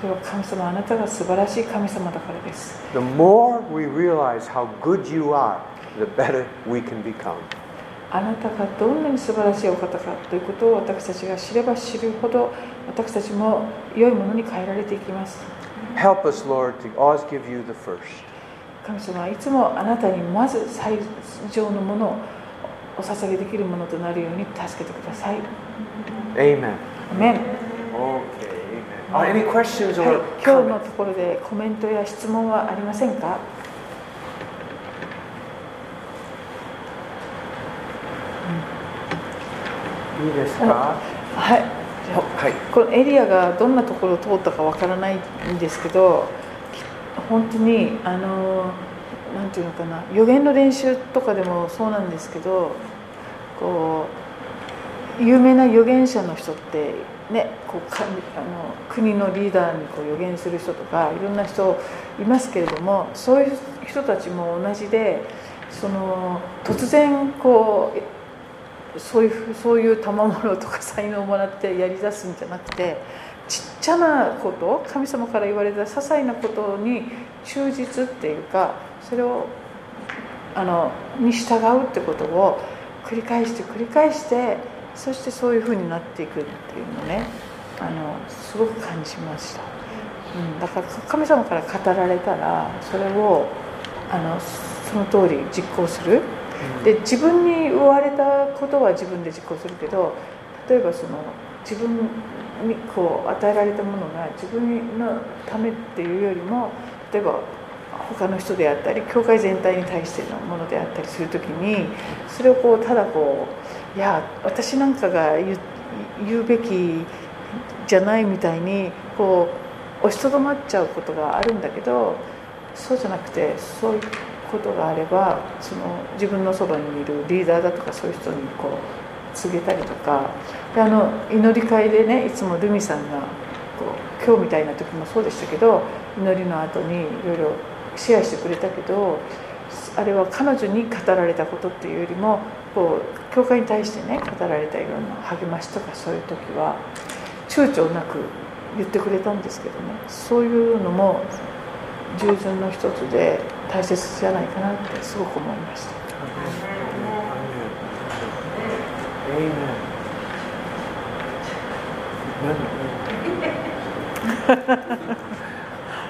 Speaker 1: それは神様、あなたが素晴らしい神様だからです。
Speaker 2: The more we realize how good you are, the better we can become.
Speaker 1: あなたがどんなに素晴らしいお方かということを私たちが知れば知るほど、私たちも良いものに変えられていきます。
Speaker 2: Help us, Lord, to always give you the first.
Speaker 1: 神様はいつもあなたにまず最上のものをお捧げできるものとなるように助けてください。
Speaker 2: Amen.
Speaker 1: アメン
Speaker 2: Okay, amen. Uh, any questions
Speaker 1: はい
Speaker 2: or、
Speaker 1: 今日の
Speaker 2: comments?
Speaker 1: ところでコメントや質問はありませんか
Speaker 2: いいですか？
Speaker 1: はいじゃあこのエリアがどんなところを通ったかわからないんですけどき本当にあのなんていうのかな予言の練習とかでもそうなんですけどこう有名な預言者の人ってねこうかあの国のリーダーにこう予言する人とかいろんな人いますけれどもそういう人たちも同じでその突然こうそういうふそういう賜物とか才能をもらってやりだすんじゃなくてちっちゃなこと神様から言われた些細なことに忠実っていうかそれをあのに従うってことを繰り返して繰り返してそしてそういうふうになっていくっていうのねあのすごく感じました、うん、だから神様から語られたらそれをあのその通り実行するで自分に言われたことは自分で実行するけど例えばその自分にこう与えられたものが自分のためっていうよりも例えば他の人であったり教会全体に対してのものであったりする時にそれをこうただこういや私なんかが言う言うべきじゃないみたいにこう押しとどまっちゃうことがあるんだけどそうじゃなくてそういうことがあればその自分のそばにいるリーダーだとかそういう人にこう告げたりとかであの祈り会でねいつもルミさんがこう今日みたいな時もそうでしたけど祈りの後にいろいろシェアしてくれたけどあれは彼女に語られたことっていうよりもこう教会に対してね語られたいろんな励ましとかそういう時は躊躇なく言ってくれたんですけどねそういうのも従順の一つで大切じゃないかなってすごく思いました。
Speaker 2: [LAUGHS]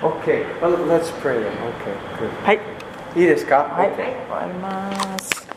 Speaker 3: Okay, well, let's pray then. Okay, good.
Speaker 1: はい、
Speaker 3: いいですか
Speaker 1: はい、
Speaker 3: Okay.
Speaker 1: 終わります。